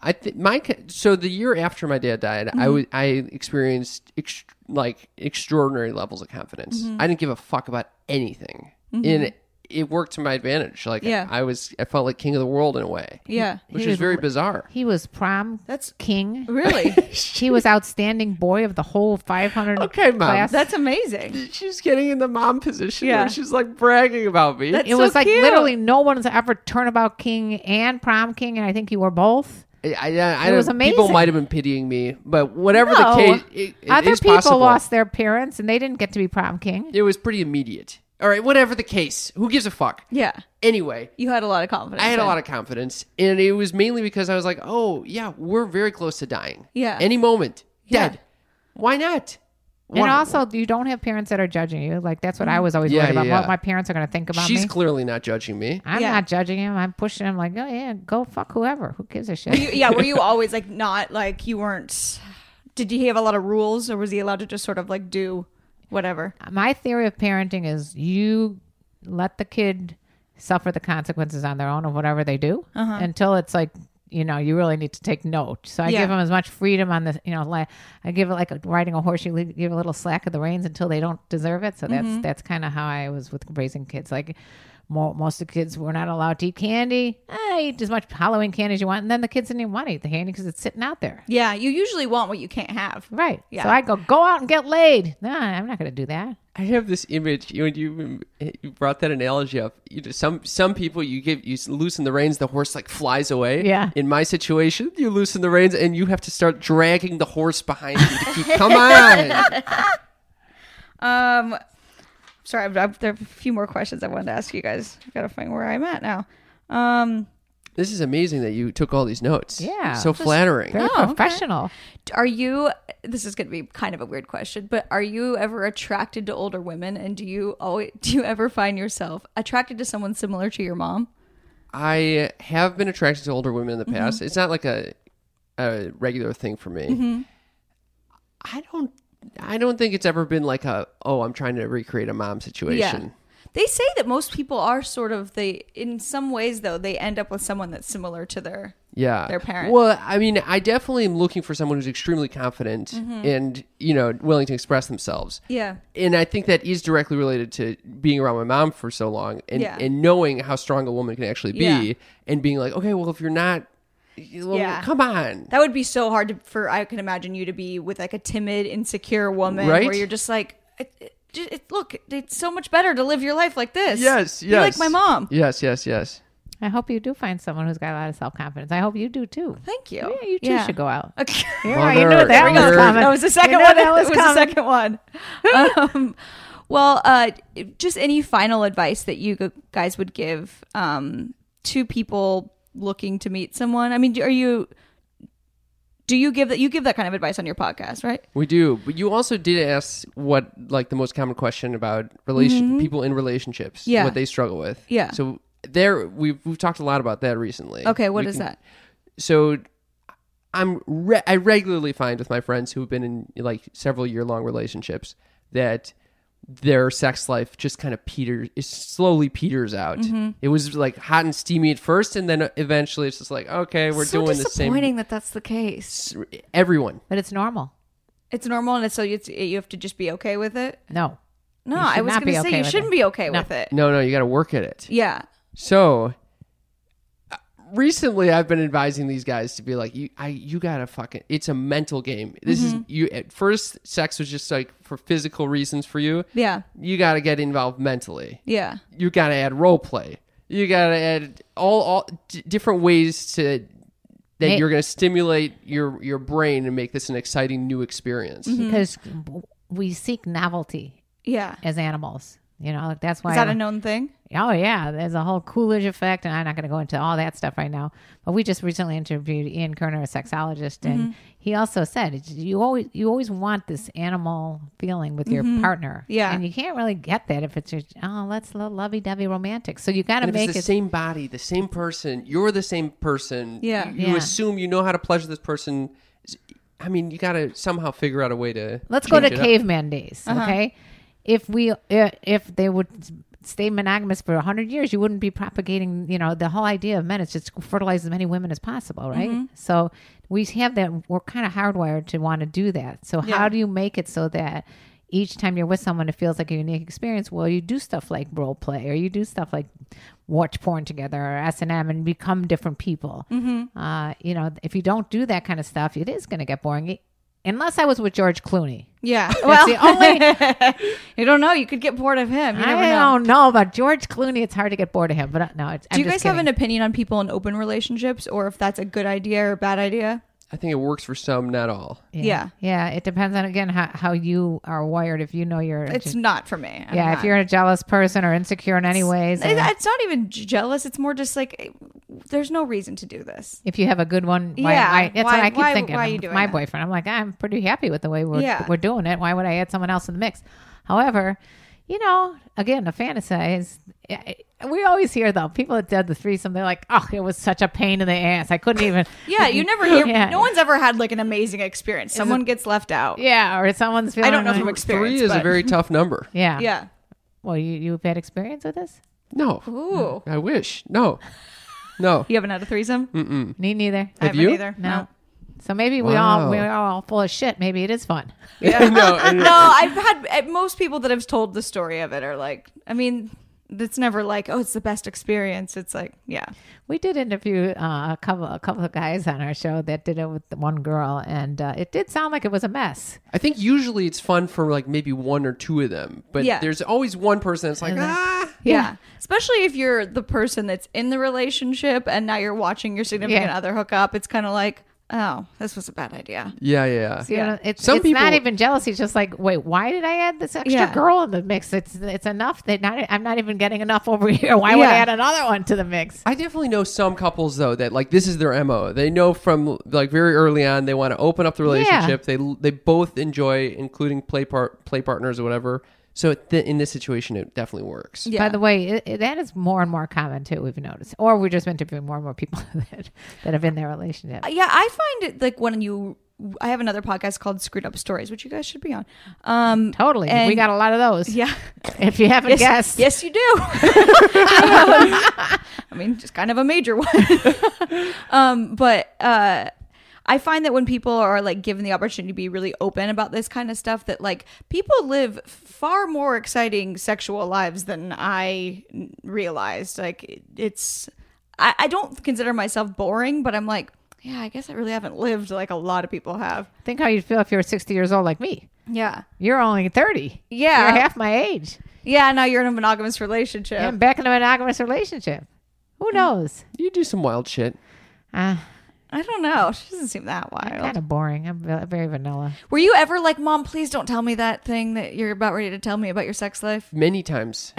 Speaker 3: I think my ca- so the year after my dad died,
Speaker 4: Mm-hmm.
Speaker 3: I was I experienced ex- like extraordinary levels of confidence.
Speaker 4: Mm-hmm.
Speaker 3: I didn't give a fuck about anything, and it worked to my advantage. Like
Speaker 2: Yeah.
Speaker 3: I was, I felt like king of the world in a way,
Speaker 2: Yeah.
Speaker 3: which is very bizarre.
Speaker 4: He was prom
Speaker 2: That's-
Speaker 4: king.
Speaker 2: <laughs>
Speaker 3: <laughs>
Speaker 2: Really?
Speaker 4: He was outstanding boy of the whole 500
Speaker 3: Okay, Mom.
Speaker 4: class.
Speaker 2: That's amazing.
Speaker 3: She's getting in the mom position.
Speaker 2: Yeah.
Speaker 3: where she's like bragging about me.
Speaker 2: That's
Speaker 4: it
Speaker 2: so
Speaker 4: was like
Speaker 2: cute.
Speaker 4: literally no one's ever turnabout king and prom king, and I think you were both.
Speaker 3: I, I, I
Speaker 4: It was
Speaker 3: don't- People
Speaker 4: amazing.
Speaker 3: might have been pitying me, but whatever the
Speaker 4: No.
Speaker 3: case, it, it
Speaker 4: Other
Speaker 3: is
Speaker 4: people
Speaker 3: possible.
Speaker 4: lost their parents, and they didn't get to be prom king.
Speaker 3: It was pretty immediate. All right, whatever the case, who gives a fuck?
Speaker 2: Yeah.
Speaker 3: Anyway,
Speaker 2: You had a lot of confidence.
Speaker 3: I had a
Speaker 2: then. <laughs>
Speaker 3: lot of confidence, and it was mainly because I was like, "Oh yeah, we're very close to dying.
Speaker 2: Yeah.
Speaker 3: any moment, dead. Why not?
Speaker 4: And
Speaker 3: Why-
Speaker 4: also, you don't have parents that are judging you. Like that's what I was always
Speaker 3: Mm. Yeah,
Speaker 4: worried about.
Speaker 3: yeah, yeah.
Speaker 4: What my parents are going to think about
Speaker 3: she's
Speaker 4: me.
Speaker 3: clearly not judging me.
Speaker 4: I'm
Speaker 2: Yeah.
Speaker 4: not judging him. I'm pushing him like, oh yeah, go fuck whoever. Who gives a
Speaker 2: <laughs>
Speaker 4: shit?
Speaker 2: You- yeah, were you always like not like you weren't? Did he have a lot of rules, or was he allowed to just sort of like do whatever?
Speaker 4: My theory of parenting is you let the kid suffer the consequences on their own of whatever they do
Speaker 2: Uh-huh.
Speaker 4: until it's like you know you really need to take note. So I
Speaker 2: Yeah.
Speaker 4: give them as much freedom on the you know like I give it like a, riding a horse. You le- give a little slack of the reins until they don't deserve it. So that's
Speaker 2: Mm-hmm.
Speaker 4: that's kind of how I was with raising kids. Like. mo- Most of the kids were not allowed to eat candy. I eat as much Halloween candy as you want, and then the kids didn't even want to eat the candy because it's sitting out there.
Speaker 2: Yeah, you usually want what you can't have.
Speaker 4: Right.
Speaker 2: Yeah.
Speaker 4: So I go, go out and get laid. Nah, I'm not going to do that.
Speaker 3: I have this image you- when you you brought that analogy up. You know, some some people you give you loosen the reins, the horse like flies away.
Speaker 4: Yeah.
Speaker 3: In my situation, you loosen the reins and you have to start dragging the horse behind you
Speaker 4: <laughs>
Speaker 3: to keep. Come on.
Speaker 2: Um, sorry, I've, I've, there are a few more questions I wanted to ask you guys. I gotta find where I'm at now. Um,
Speaker 3: This is amazing that you took all these notes.
Speaker 4: Yeah.
Speaker 3: So flattering.
Speaker 4: Very
Speaker 2: Oh, okay.
Speaker 4: professional.
Speaker 2: are you? This is gonna be kind of a weird question, but are you ever attracted to older women? And do you always do you ever find yourself attracted to someone similar to your mom?
Speaker 3: I have been attracted to older women in the
Speaker 2: Mm-hmm.
Speaker 3: past. It's not like a a regular thing for me.
Speaker 2: Mm-hmm.
Speaker 3: I don't I don't think it's ever been like a oh I'm trying to recreate a mom situation.
Speaker 2: They say that most people are sort of the in some ways though they end up with someone that's similar to their
Speaker 3: yeah
Speaker 2: their parent.
Speaker 3: well i mean i definitely am looking for someone who's extremely confident
Speaker 2: Mm-hmm.
Speaker 3: and you know willing to express themselves
Speaker 2: yeah
Speaker 3: and i think that is directly related to being around my mom for so long and,
Speaker 2: Yeah.
Speaker 3: and knowing how strong a woman can actually be
Speaker 2: Yeah.
Speaker 3: and being like okay well if you're not well,
Speaker 2: Yeah.
Speaker 3: come on
Speaker 2: That would be so hard to, for I can imagine you to be with like a timid, insecure woman
Speaker 3: Right?
Speaker 2: where you're just like, it, it, it- look, it's so much better to live your life like this.
Speaker 3: yes
Speaker 2: Be
Speaker 3: yes
Speaker 2: like my mom.
Speaker 3: yes yes yes
Speaker 4: I hope you do find someone who's got a lot of self confidence. I hope you do too.
Speaker 2: Thank you.
Speaker 4: Yeah, you two should go out. <laughs>
Speaker 2: Okay.
Speaker 4: Yeah, you know
Speaker 3: Mother
Speaker 4: that was
Speaker 3: Earth.
Speaker 4: coming.
Speaker 2: that was the second
Speaker 4: You know
Speaker 2: <laughs> one.
Speaker 4: That was,
Speaker 2: the
Speaker 4: coming.
Speaker 2: second
Speaker 4: <laughs>
Speaker 2: one. um, well, uh, just any final advice that you gu- guys would give um, to people looking to meet someone? I mean, do- are you? Do you give that? You give that kind of advice on your podcast, right?
Speaker 3: We do, but you also did ask what like the most common question about relation people in relationships,
Speaker 2: Mm-hmm. Yeah.
Speaker 3: what they struggle with.
Speaker 2: Yeah.
Speaker 3: So there we've we've talked a lot about that recently.
Speaker 2: Okay,
Speaker 3: What
Speaker 2: what
Speaker 3: is
Speaker 2: is that?
Speaker 3: So I'm re- I regularly find with my friends who've been in like several year long relationships that their sex life just kind of peters it slowly peters out.
Speaker 2: Mm-hmm.
Speaker 3: It was like hot and steamy at first and then eventually it's just like okay, we're
Speaker 2: so
Speaker 3: doing the same
Speaker 2: disappointing that that's the case.
Speaker 3: everyone.
Speaker 4: But it's normal.
Speaker 2: It's normal, and it's, so it's, you have to just be okay with it.
Speaker 4: No.
Speaker 2: No,
Speaker 4: You should
Speaker 2: I was going
Speaker 4: not
Speaker 2: to
Speaker 4: be
Speaker 2: say
Speaker 4: okay
Speaker 2: you
Speaker 4: with
Speaker 2: shouldn't
Speaker 4: it.
Speaker 2: be okay
Speaker 4: No.
Speaker 2: with it.
Speaker 3: No, no, you got to work at it.
Speaker 2: Yeah,
Speaker 3: So uh, recently I've been advising these guys to be like you I you got to fucking it's a mental game. This is you at first sex was just like for physical reasons for you.
Speaker 2: yeah,
Speaker 3: You got to get involved mentally.
Speaker 2: yeah,
Speaker 3: You got to add role play. You got to add all all d- different ways to that
Speaker 4: Ma-
Speaker 3: you're going to stimulate your your brain and make this an exciting new experience.
Speaker 2: Hmm.
Speaker 4: Because we seek novelty
Speaker 2: yeah.
Speaker 4: as animals. You know, like that's why
Speaker 2: Is that a known thing?
Speaker 4: Oh yeah, there's a whole Coolidge effect, and I'm not going to go into all that stuff right now. But we just recently interviewed Ian Kerner, a sexologist, and
Speaker 3: Mm-hmm.
Speaker 4: he also said it's- you always you always want this animal feeling with your
Speaker 3: Mm-hmm.
Speaker 4: partner.
Speaker 2: Yeah.
Speaker 4: and you can't really get that if it's just oh let's lo- lovey dovey romantic. So you got to
Speaker 3: And if
Speaker 4: make
Speaker 3: it's the
Speaker 4: it.
Speaker 3: same body, the same person, you're the same person.
Speaker 2: Yeah.
Speaker 3: You, you
Speaker 4: Yeah.
Speaker 3: assume you know how to pleasure this person. I mean, you got to somehow figure out a way to.
Speaker 4: Let's go to
Speaker 3: change it up.
Speaker 4: caveman days, okay? If we uh, if they would stay monogamous for 100 years, you wouldn't be propagating, you know, the whole idea of men is just fertilize as many women as possible, right? So we have that we're kind of hardwired to want to do that. So how do you make it so that each time you're with someone, it feels like a unique experience. Well, you do stuff like role play, or you do stuff like watch porn together, or S and M, and become different people. Uh, you know, if you don't do that kind of stuff, it is going to get boring. It- Unless I was with George Clooney,
Speaker 2: Yeah. <laughs>
Speaker 4: that's the only.
Speaker 2: you don't know. You could get bored of him. You never
Speaker 4: I
Speaker 2: know.
Speaker 4: don't know about George Clooney. It's hard to get bored of him, but uh, no, it's.
Speaker 2: Do you guys have an opinion on people in open relationships, or if that's a good idea or a bad idea?
Speaker 3: I think it works for some, not all.
Speaker 2: Yeah.
Speaker 4: yeah, yeah. It depends on again how, how you are wired. If you know you're, a
Speaker 2: It's
Speaker 4: je-
Speaker 2: not for me. I'm
Speaker 4: yeah,
Speaker 2: not-
Speaker 4: if you're a jealous person or insecure in any ways,
Speaker 2: It-
Speaker 4: or
Speaker 2: it's not even j- jealous. It's more just like eh, there's no reason to do this.
Speaker 4: if you have a good one, why,
Speaker 2: Yeah,
Speaker 4: why, that's
Speaker 2: why-
Speaker 4: what I keep
Speaker 2: why-
Speaker 4: thinking.
Speaker 2: why are
Speaker 4: I'm
Speaker 2: you
Speaker 4: with
Speaker 2: doing
Speaker 4: my
Speaker 2: that?
Speaker 4: boyfriend, I'm like, I'm pretty happy with the way we're
Speaker 2: Yeah.
Speaker 4: we're doing it. Why would I add someone else in the mix? However, you know, again, the fantasize. I- I- We always hear though people that did the threesome. They're like, oh, it was such a pain in the ass. I couldn't even. <laughs>
Speaker 2: Yeah, you never hear.
Speaker 4: Yeah.
Speaker 2: No one's ever had like an amazing experience. Someone gets left out.
Speaker 4: Yeah, or someone's feeling.
Speaker 2: I don't know
Speaker 4: like-
Speaker 2: from experience.
Speaker 3: Three is
Speaker 2: but-
Speaker 3: a
Speaker 4: <laughs>
Speaker 3: very tough number.
Speaker 4: Yeah.
Speaker 2: yeah.
Speaker 4: Well, you, you've had experience with this?
Speaker 3: No.
Speaker 2: Ooh,
Speaker 3: I wish. No.
Speaker 4: <laughs>
Speaker 3: No.
Speaker 2: you haven't had a threesome?
Speaker 4: Me neither.
Speaker 2: I
Speaker 3: Have
Speaker 2: haven't
Speaker 3: you?
Speaker 2: either.
Speaker 4: No. So maybe we
Speaker 3: Wow.
Speaker 4: all we're all full of shit. Maybe it is fun.
Speaker 3: <laughs> no. and-
Speaker 2: no, I've had eh, most people that have told the story of it are like, I mean, it's never like, oh, it's the best experience. It's like, yeah,
Speaker 4: We did interview uh, a couple a couple of guys on our show that did it with the one girl, and uh, it did sound like it was a mess.
Speaker 3: I think usually it's fun for like maybe one or two of them, but
Speaker 2: Yeah.
Speaker 3: there's always one person that's like, ah.
Speaker 2: yeah. Especially if you're the person that's in the relationship and now you're watching your significant
Speaker 4: Yeah.
Speaker 2: other hook up. It's kind of like, oh, this was a bad idea.
Speaker 3: Yeah, yeah,
Speaker 4: You
Speaker 3: yeah.
Speaker 4: know, it's
Speaker 3: Some
Speaker 4: it's not
Speaker 3: people-
Speaker 4: even jealousy. It's just like, wait, why did I add this extra
Speaker 2: Yeah.
Speaker 4: girl in the mix? It's it's enough that not I'm not even getting enough over <laughs> here. Why would I
Speaker 2: Yeah.
Speaker 4: add another one to the mix?
Speaker 3: I definitely know some couples though that like this is their mo. They know from like very early on they want to open up the relationship. They they both enjoy including play part play partners or whatever. So th- in this situation, it definitely works.
Speaker 2: Yeah.
Speaker 4: By the way, it, it- that is more and more common too. We've noticed, <laughs>
Speaker 2: Uh,
Speaker 4: or we're just interviewing more and more people that that have in their relationship.
Speaker 2: Yeah, I find it like when you I have another podcast called Screwed Up Stories, which you guys should be on. Um,
Speaker 4: Totally. we
Speaker 2: And-
Speaker 4: got a lot of those.
Speaker 2: yeah.
Speaker 4: If you haven't guessed.
Speaker 2: Yes, <laughs> you do. I mean, just kind of a major one. <laughs> um, but uh, I find that when people are like given the opportunity to be really open about this kind of stuff, that like people live far more exciting sexual lives than I n- realized. Like it- it's, I, I don't consider myself boring, but I'm like, yeah, I guess I really haven't lived like a lot of people have.
Speaker 4: Think how you'd feel if you were 60 years old like me.
Speaker 2: Yeah.
Speaker 4: You're only 30.
Speaker 2: Yeah.
Speaker 4: You're half my age.
Speaker 2: Yeah. Now you're in a monogamous relationship.
Speaker 4: And back in a monogamous relationship.
Speaker 2: Mm.
Speaker 4: Who knows?
Speaker 3: You do some wild shit.
Speaker 4: Uh,
Speaker 2: I don't know. She doesn't seem that wild.
Speaker 4: kind of boring. I'm ve- very vanilla.
Speaker 2: Were you ever like, Mom, please don't tell me that thing that you're about ready to tell me about your sex life? <laughs>
Speaker 3: Many times.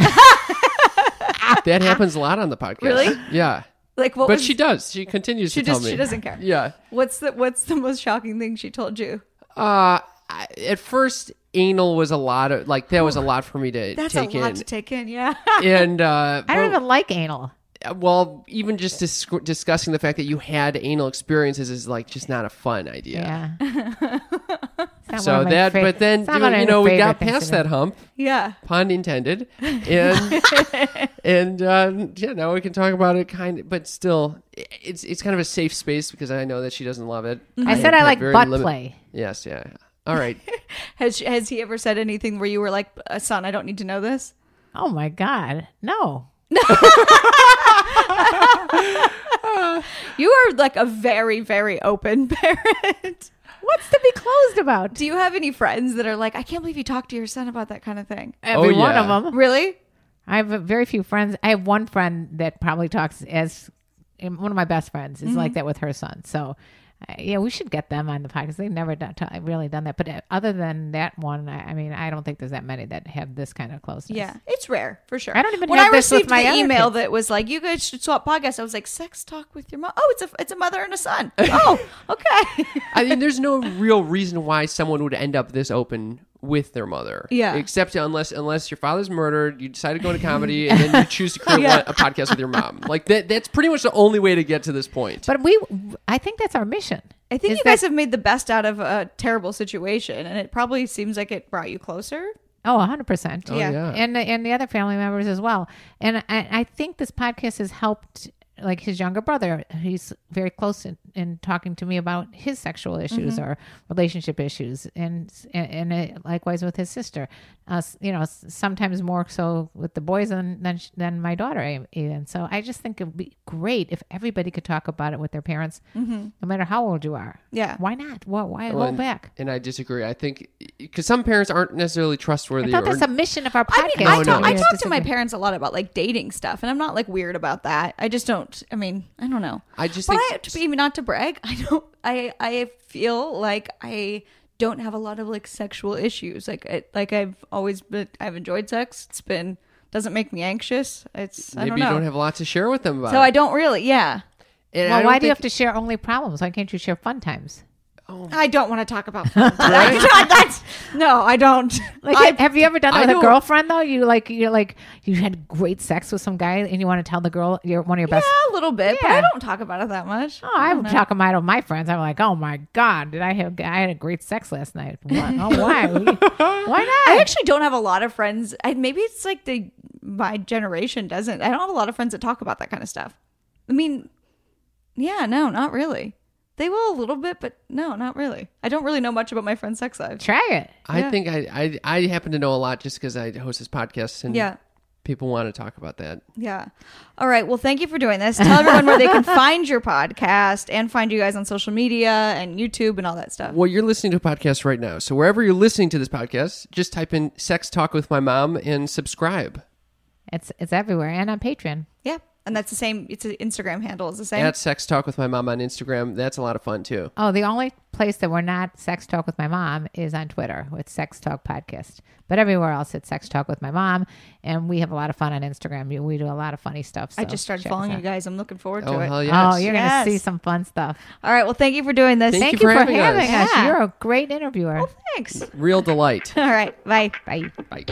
Speaker 3: that happens a lot on the podcast.
Speaker 2: Really?
Speaker 3: Yeah.
Speaker 2: Like, what
Speaker 3: but
Speaker 2: was
Speaker 3: she does. She continues
Speaker 2: she
Speaker 3: to tell
Speaker 2: just
Speaker 3: me.
Speaker 2: she doesn't care.
Speaker 3: Yeah.
Speaker 2: What's the what's the most shocking thing she told you?
Speaker 3: Uh, I- at first, anal was a lot of like that was a lot for me to
Speaker 2: That's
Speaker 3: take
Speaker 2: a lot
Speaker 3: in,
Speaker 2: to take in. Yeah. <laughs>
Speaker 3: and uh,
Speaker 4: I don't
Speaker 3: well-
Speaker 4: even like anal.
Speaker 3: well, even just dis- discussing the fact that you had anal experiences is like just not a fun idea.
Speaker 4: Yeah.
Speaker 2: <laughs>
Speaker 4: It's not
Speaker 3: So
Speaker 4: one of my
Speaker 3: that,
Speaker 4: fav-
Speaker 3: but then
Speaker 4: it's not
Speaker 3: you,
Speaker 4: one of
Speaker 3: you
Speaker 4: my
Speaker 3: know we
Speaker 4: favorite
Speaker 3: got
Speaker 4: things
Speaker 3: past
Speaker 4: to do.
Speaker 3: that hump,
Speaker 2: yeah.
Speaker 3: pun
Speaker 4: <laughs>
Speaker 3: intended, and and uh, yeah, now we can talk about it kind of, but still, i- it's it's kind of a safe space because I know that she doesn't love it.
Speaker 4: Mm-hmm. I said I
Speaker 3: have
Speaker 4: like
Speaker 3: very
Speaker 4: butt
Speaker 3: limit-
Speaker 4: play.
Speaker 3: Yes, yeah. All right,
Speaker 2: Has she, has he ever said anything where you were like, "Uh, son, I don't need to know this?
Speaker 4: Oh my God. No.
Speaker 2: You are like a very very open <laughs> parent.
Speaker 4: What's to be closed about?
Speaker 2: Do you have any friends that are like, I can't believe you talked to your son about that kind of thing?
Speaker 4: Every one
Speaker 3: Oh, yeah.
Speaker 4: of them.
Speaker 2: Really?
Speaker 4: I have very few friends. I have one friend that probably talks as and one of my best friends is
Speaker 2: Mm-hmm.
Speaker 4: like that with her son. So, uh, yeah, we should get them on the podcast. They've never done, t- really done that. But uh, other than that one, I, I mean, I don't think there's that many that have this kind of closeness.
Speaker 2: Yeah, it's rare for sure.
Speaker 4: I don't even
Speaker 2: when
Speaker 4: have
Speaker 2: I
Speaker 4: this with
Speaker 2: received
Speaker 4: my
Speaker 2: the
Speaker 4: other
Speaker 2: email
Speaker 4: kids.
Speaker 2: that was like, "You guys should swap podcasts." I was like, "Sex talk with your mom." Oh, it's a it's a mother and a
Speaker 4: <laughs>
Speaker 2: son. Oh, okay.
Speaker 3: I mean, there's no real reason why someone would end up this open with their mother.
Speaker 2: Yeah.
Speaker 3: Except unless unless your father's murdered, you decide to go into comedy, and then you choose to
Speaker 4: <laughs>
Speaker 3: create one, a podcast with your mom. Like that. That's pretty much the only way to get to this point.
Speaker 4: But we, I think that's our mission.
Speaker 2: I think
Speaker 4: Is
Speaker 2: you guys have made the best out of a terrible situation, and it probably seems like it brought you closer.
Speaker 4: Oh, 100%.
Speaker 2: yeah.
Speaker 3: yeah.
Speaker 4: and and the other family members as well. And I, I think this podcast has helped. Like his younger brother, he's very close in, in talking to me about his sexual issues
Speaker 2: Mm-hmm.
Speaker 4: or relationship issues, and and, and it, likewise with his sister. Uh, s- you know, s- sometimes more so with the boys than than, sh- than my daughter. e- Even so, I just think it would be great if everybody could talk about it with their parents, no matter how old you are.
Speaker 2: Mm-hmm. Yeah.
Speaker 4: why not? Why, why
Speaker 3: Well,
Speaker 4: hold
Speaker 3: and-
Speaker 4: back?
Speaker 3: And I disagree. I think because some parents aren't necessarily trustworthy.
Speaker 4: I thought
Speaker 3: or-
Speaker 4: that's a mission of our
Speaker 2: I
Speaker 4: podcast.
Speaker 2: mean, I,
Speaker 3: Oh, No,
Speaker 2: talk,
Speaker 3: no.
Speaker 2: I talk to my
Speaker 4: Oh, Disagree.
Speaker 2: parents a lot about like dating stuff, and I'm not like weird about that. I just don't. I mean, I don't know.
Speaker 3: I just
Speaker 2: but
Speaker 3: think-
Speaker 2: I, to be not to brag, <laughs> I don't. I I feel like I don't have a lot of like sexual issues. Like I, like I've always been. I've enjoyed sex. It's been doesn't make me anxious. It's I
Speaker 3: maybe
Speaker 2: don't
Speaker 3: you
Speaker 2: know.
Speaker 3: don't have a lot to share with them about.
Speaker 2: so I don't really. Yeah,
Speaker 3: And I
Speaker 4: Well,
Speaker 3: don't
Speaker 4: why do you have
Speaker 3: think-
Speaker 4: to share only problems? Why can't you share fun times?
Speaker 2: I don't want to talk about.
Speaker 3: <laughs>
Speaker 2: Fun. <laughs> That's no, I don't.
Speaker 4: Like,
Speaker 2: I
Speaker 4: have you ever done
Speaker 3: I
Speaker 4: that with a
Speaker 3: don't-
Speaker 4: girlfriend though? You like, you're like, you had great sex with some guy, and you want to tell the girl you're one of your best.
Speaker 2: Yeah, a little bit, but I
Speaker 4: Yeah.
Speaker 2: don't talk about it that much.
Speaker 4: Oh, I'm talking about all my friends. I'm like, oh my god, did I have? I had a great sex last night. What?
Speaker 3: <laughs>
Speaker 4: Oh, why? why
Speaker 2: I
Speaker 4: not?
Speaker 2: actually don't have a lot of friends. I, maybe it's like the my generation doesn't. I don't have a lot of friends that talk about that kind of stuff. I mean, yeah, no, not really. They will a little bit, but no, not really. I don't really know much about my friend's sex life.
Speaker 4: Try it.
Speaker 3: I think I, I I happen to know a lot just because I host this podcast and
Speaker 2: Yeah.
Speaker 3: people want to talk about that.
Speaker 2: Yeah. All right. Well, thank you for doing this. Tell everyone where they
Speaker 3: <laughs>
Speaker 2: can find your podcast and find you guys on social media and YouTube and all that stuff.
Speaker 3: Well, you're listening to a podcast right now, so wherever you're listening to this podcast, just type in "sex talk with my mom" and subscribe
Speaker 4: It's it's everywhere and on Patreon.
Speaker 2: Yeah. And that's the same. It's an Instagram handle. It's the same.
Speaker 3: at "sex talk with my mom" on Instagram. That's a lot of fun too.
Speaker 4: Oh, the only place that we're not Sex Talk with My Mom is on Twitter with Sex Talk Podcast. But everywhere else, it's Sex Talk with My Mom, and we have a lot of fun on Instagram. We- We do a lot of funny stuff.
Speaker 2: I
Speaker 4: so
Speaker 2: just started
Speaker 4: check us
Speaker 2: following
Speaker 4: out.
Speaker 2: you guys. I'm looking forward to
Speaker 3: Oh
Speaker 2: it.
Speaker 3: hell yes!
Speaker 4: Oh, you're
Speaker 2: Yes.
Speaker 4: gonna see some fun stuff.
Speaker 2: All right. Well, thank you for doing this.
Speaker 3: Thank
Speaker 4: Thank
Speaker 3: you
Speaker 4: you for
Speaker 3: having
Speaker 4: having
Speaker 3: us.
Speaker 4: us.
Speaker 2: Yeah. Oh,
Speaker 4: You're a great interviewer.
Speaker 2: Thanks. <laughs>
Speaker 3: Real delight.
Speaker 2: All right. Bye.
Speaker 4: Bye.
Speaker 3: Bye.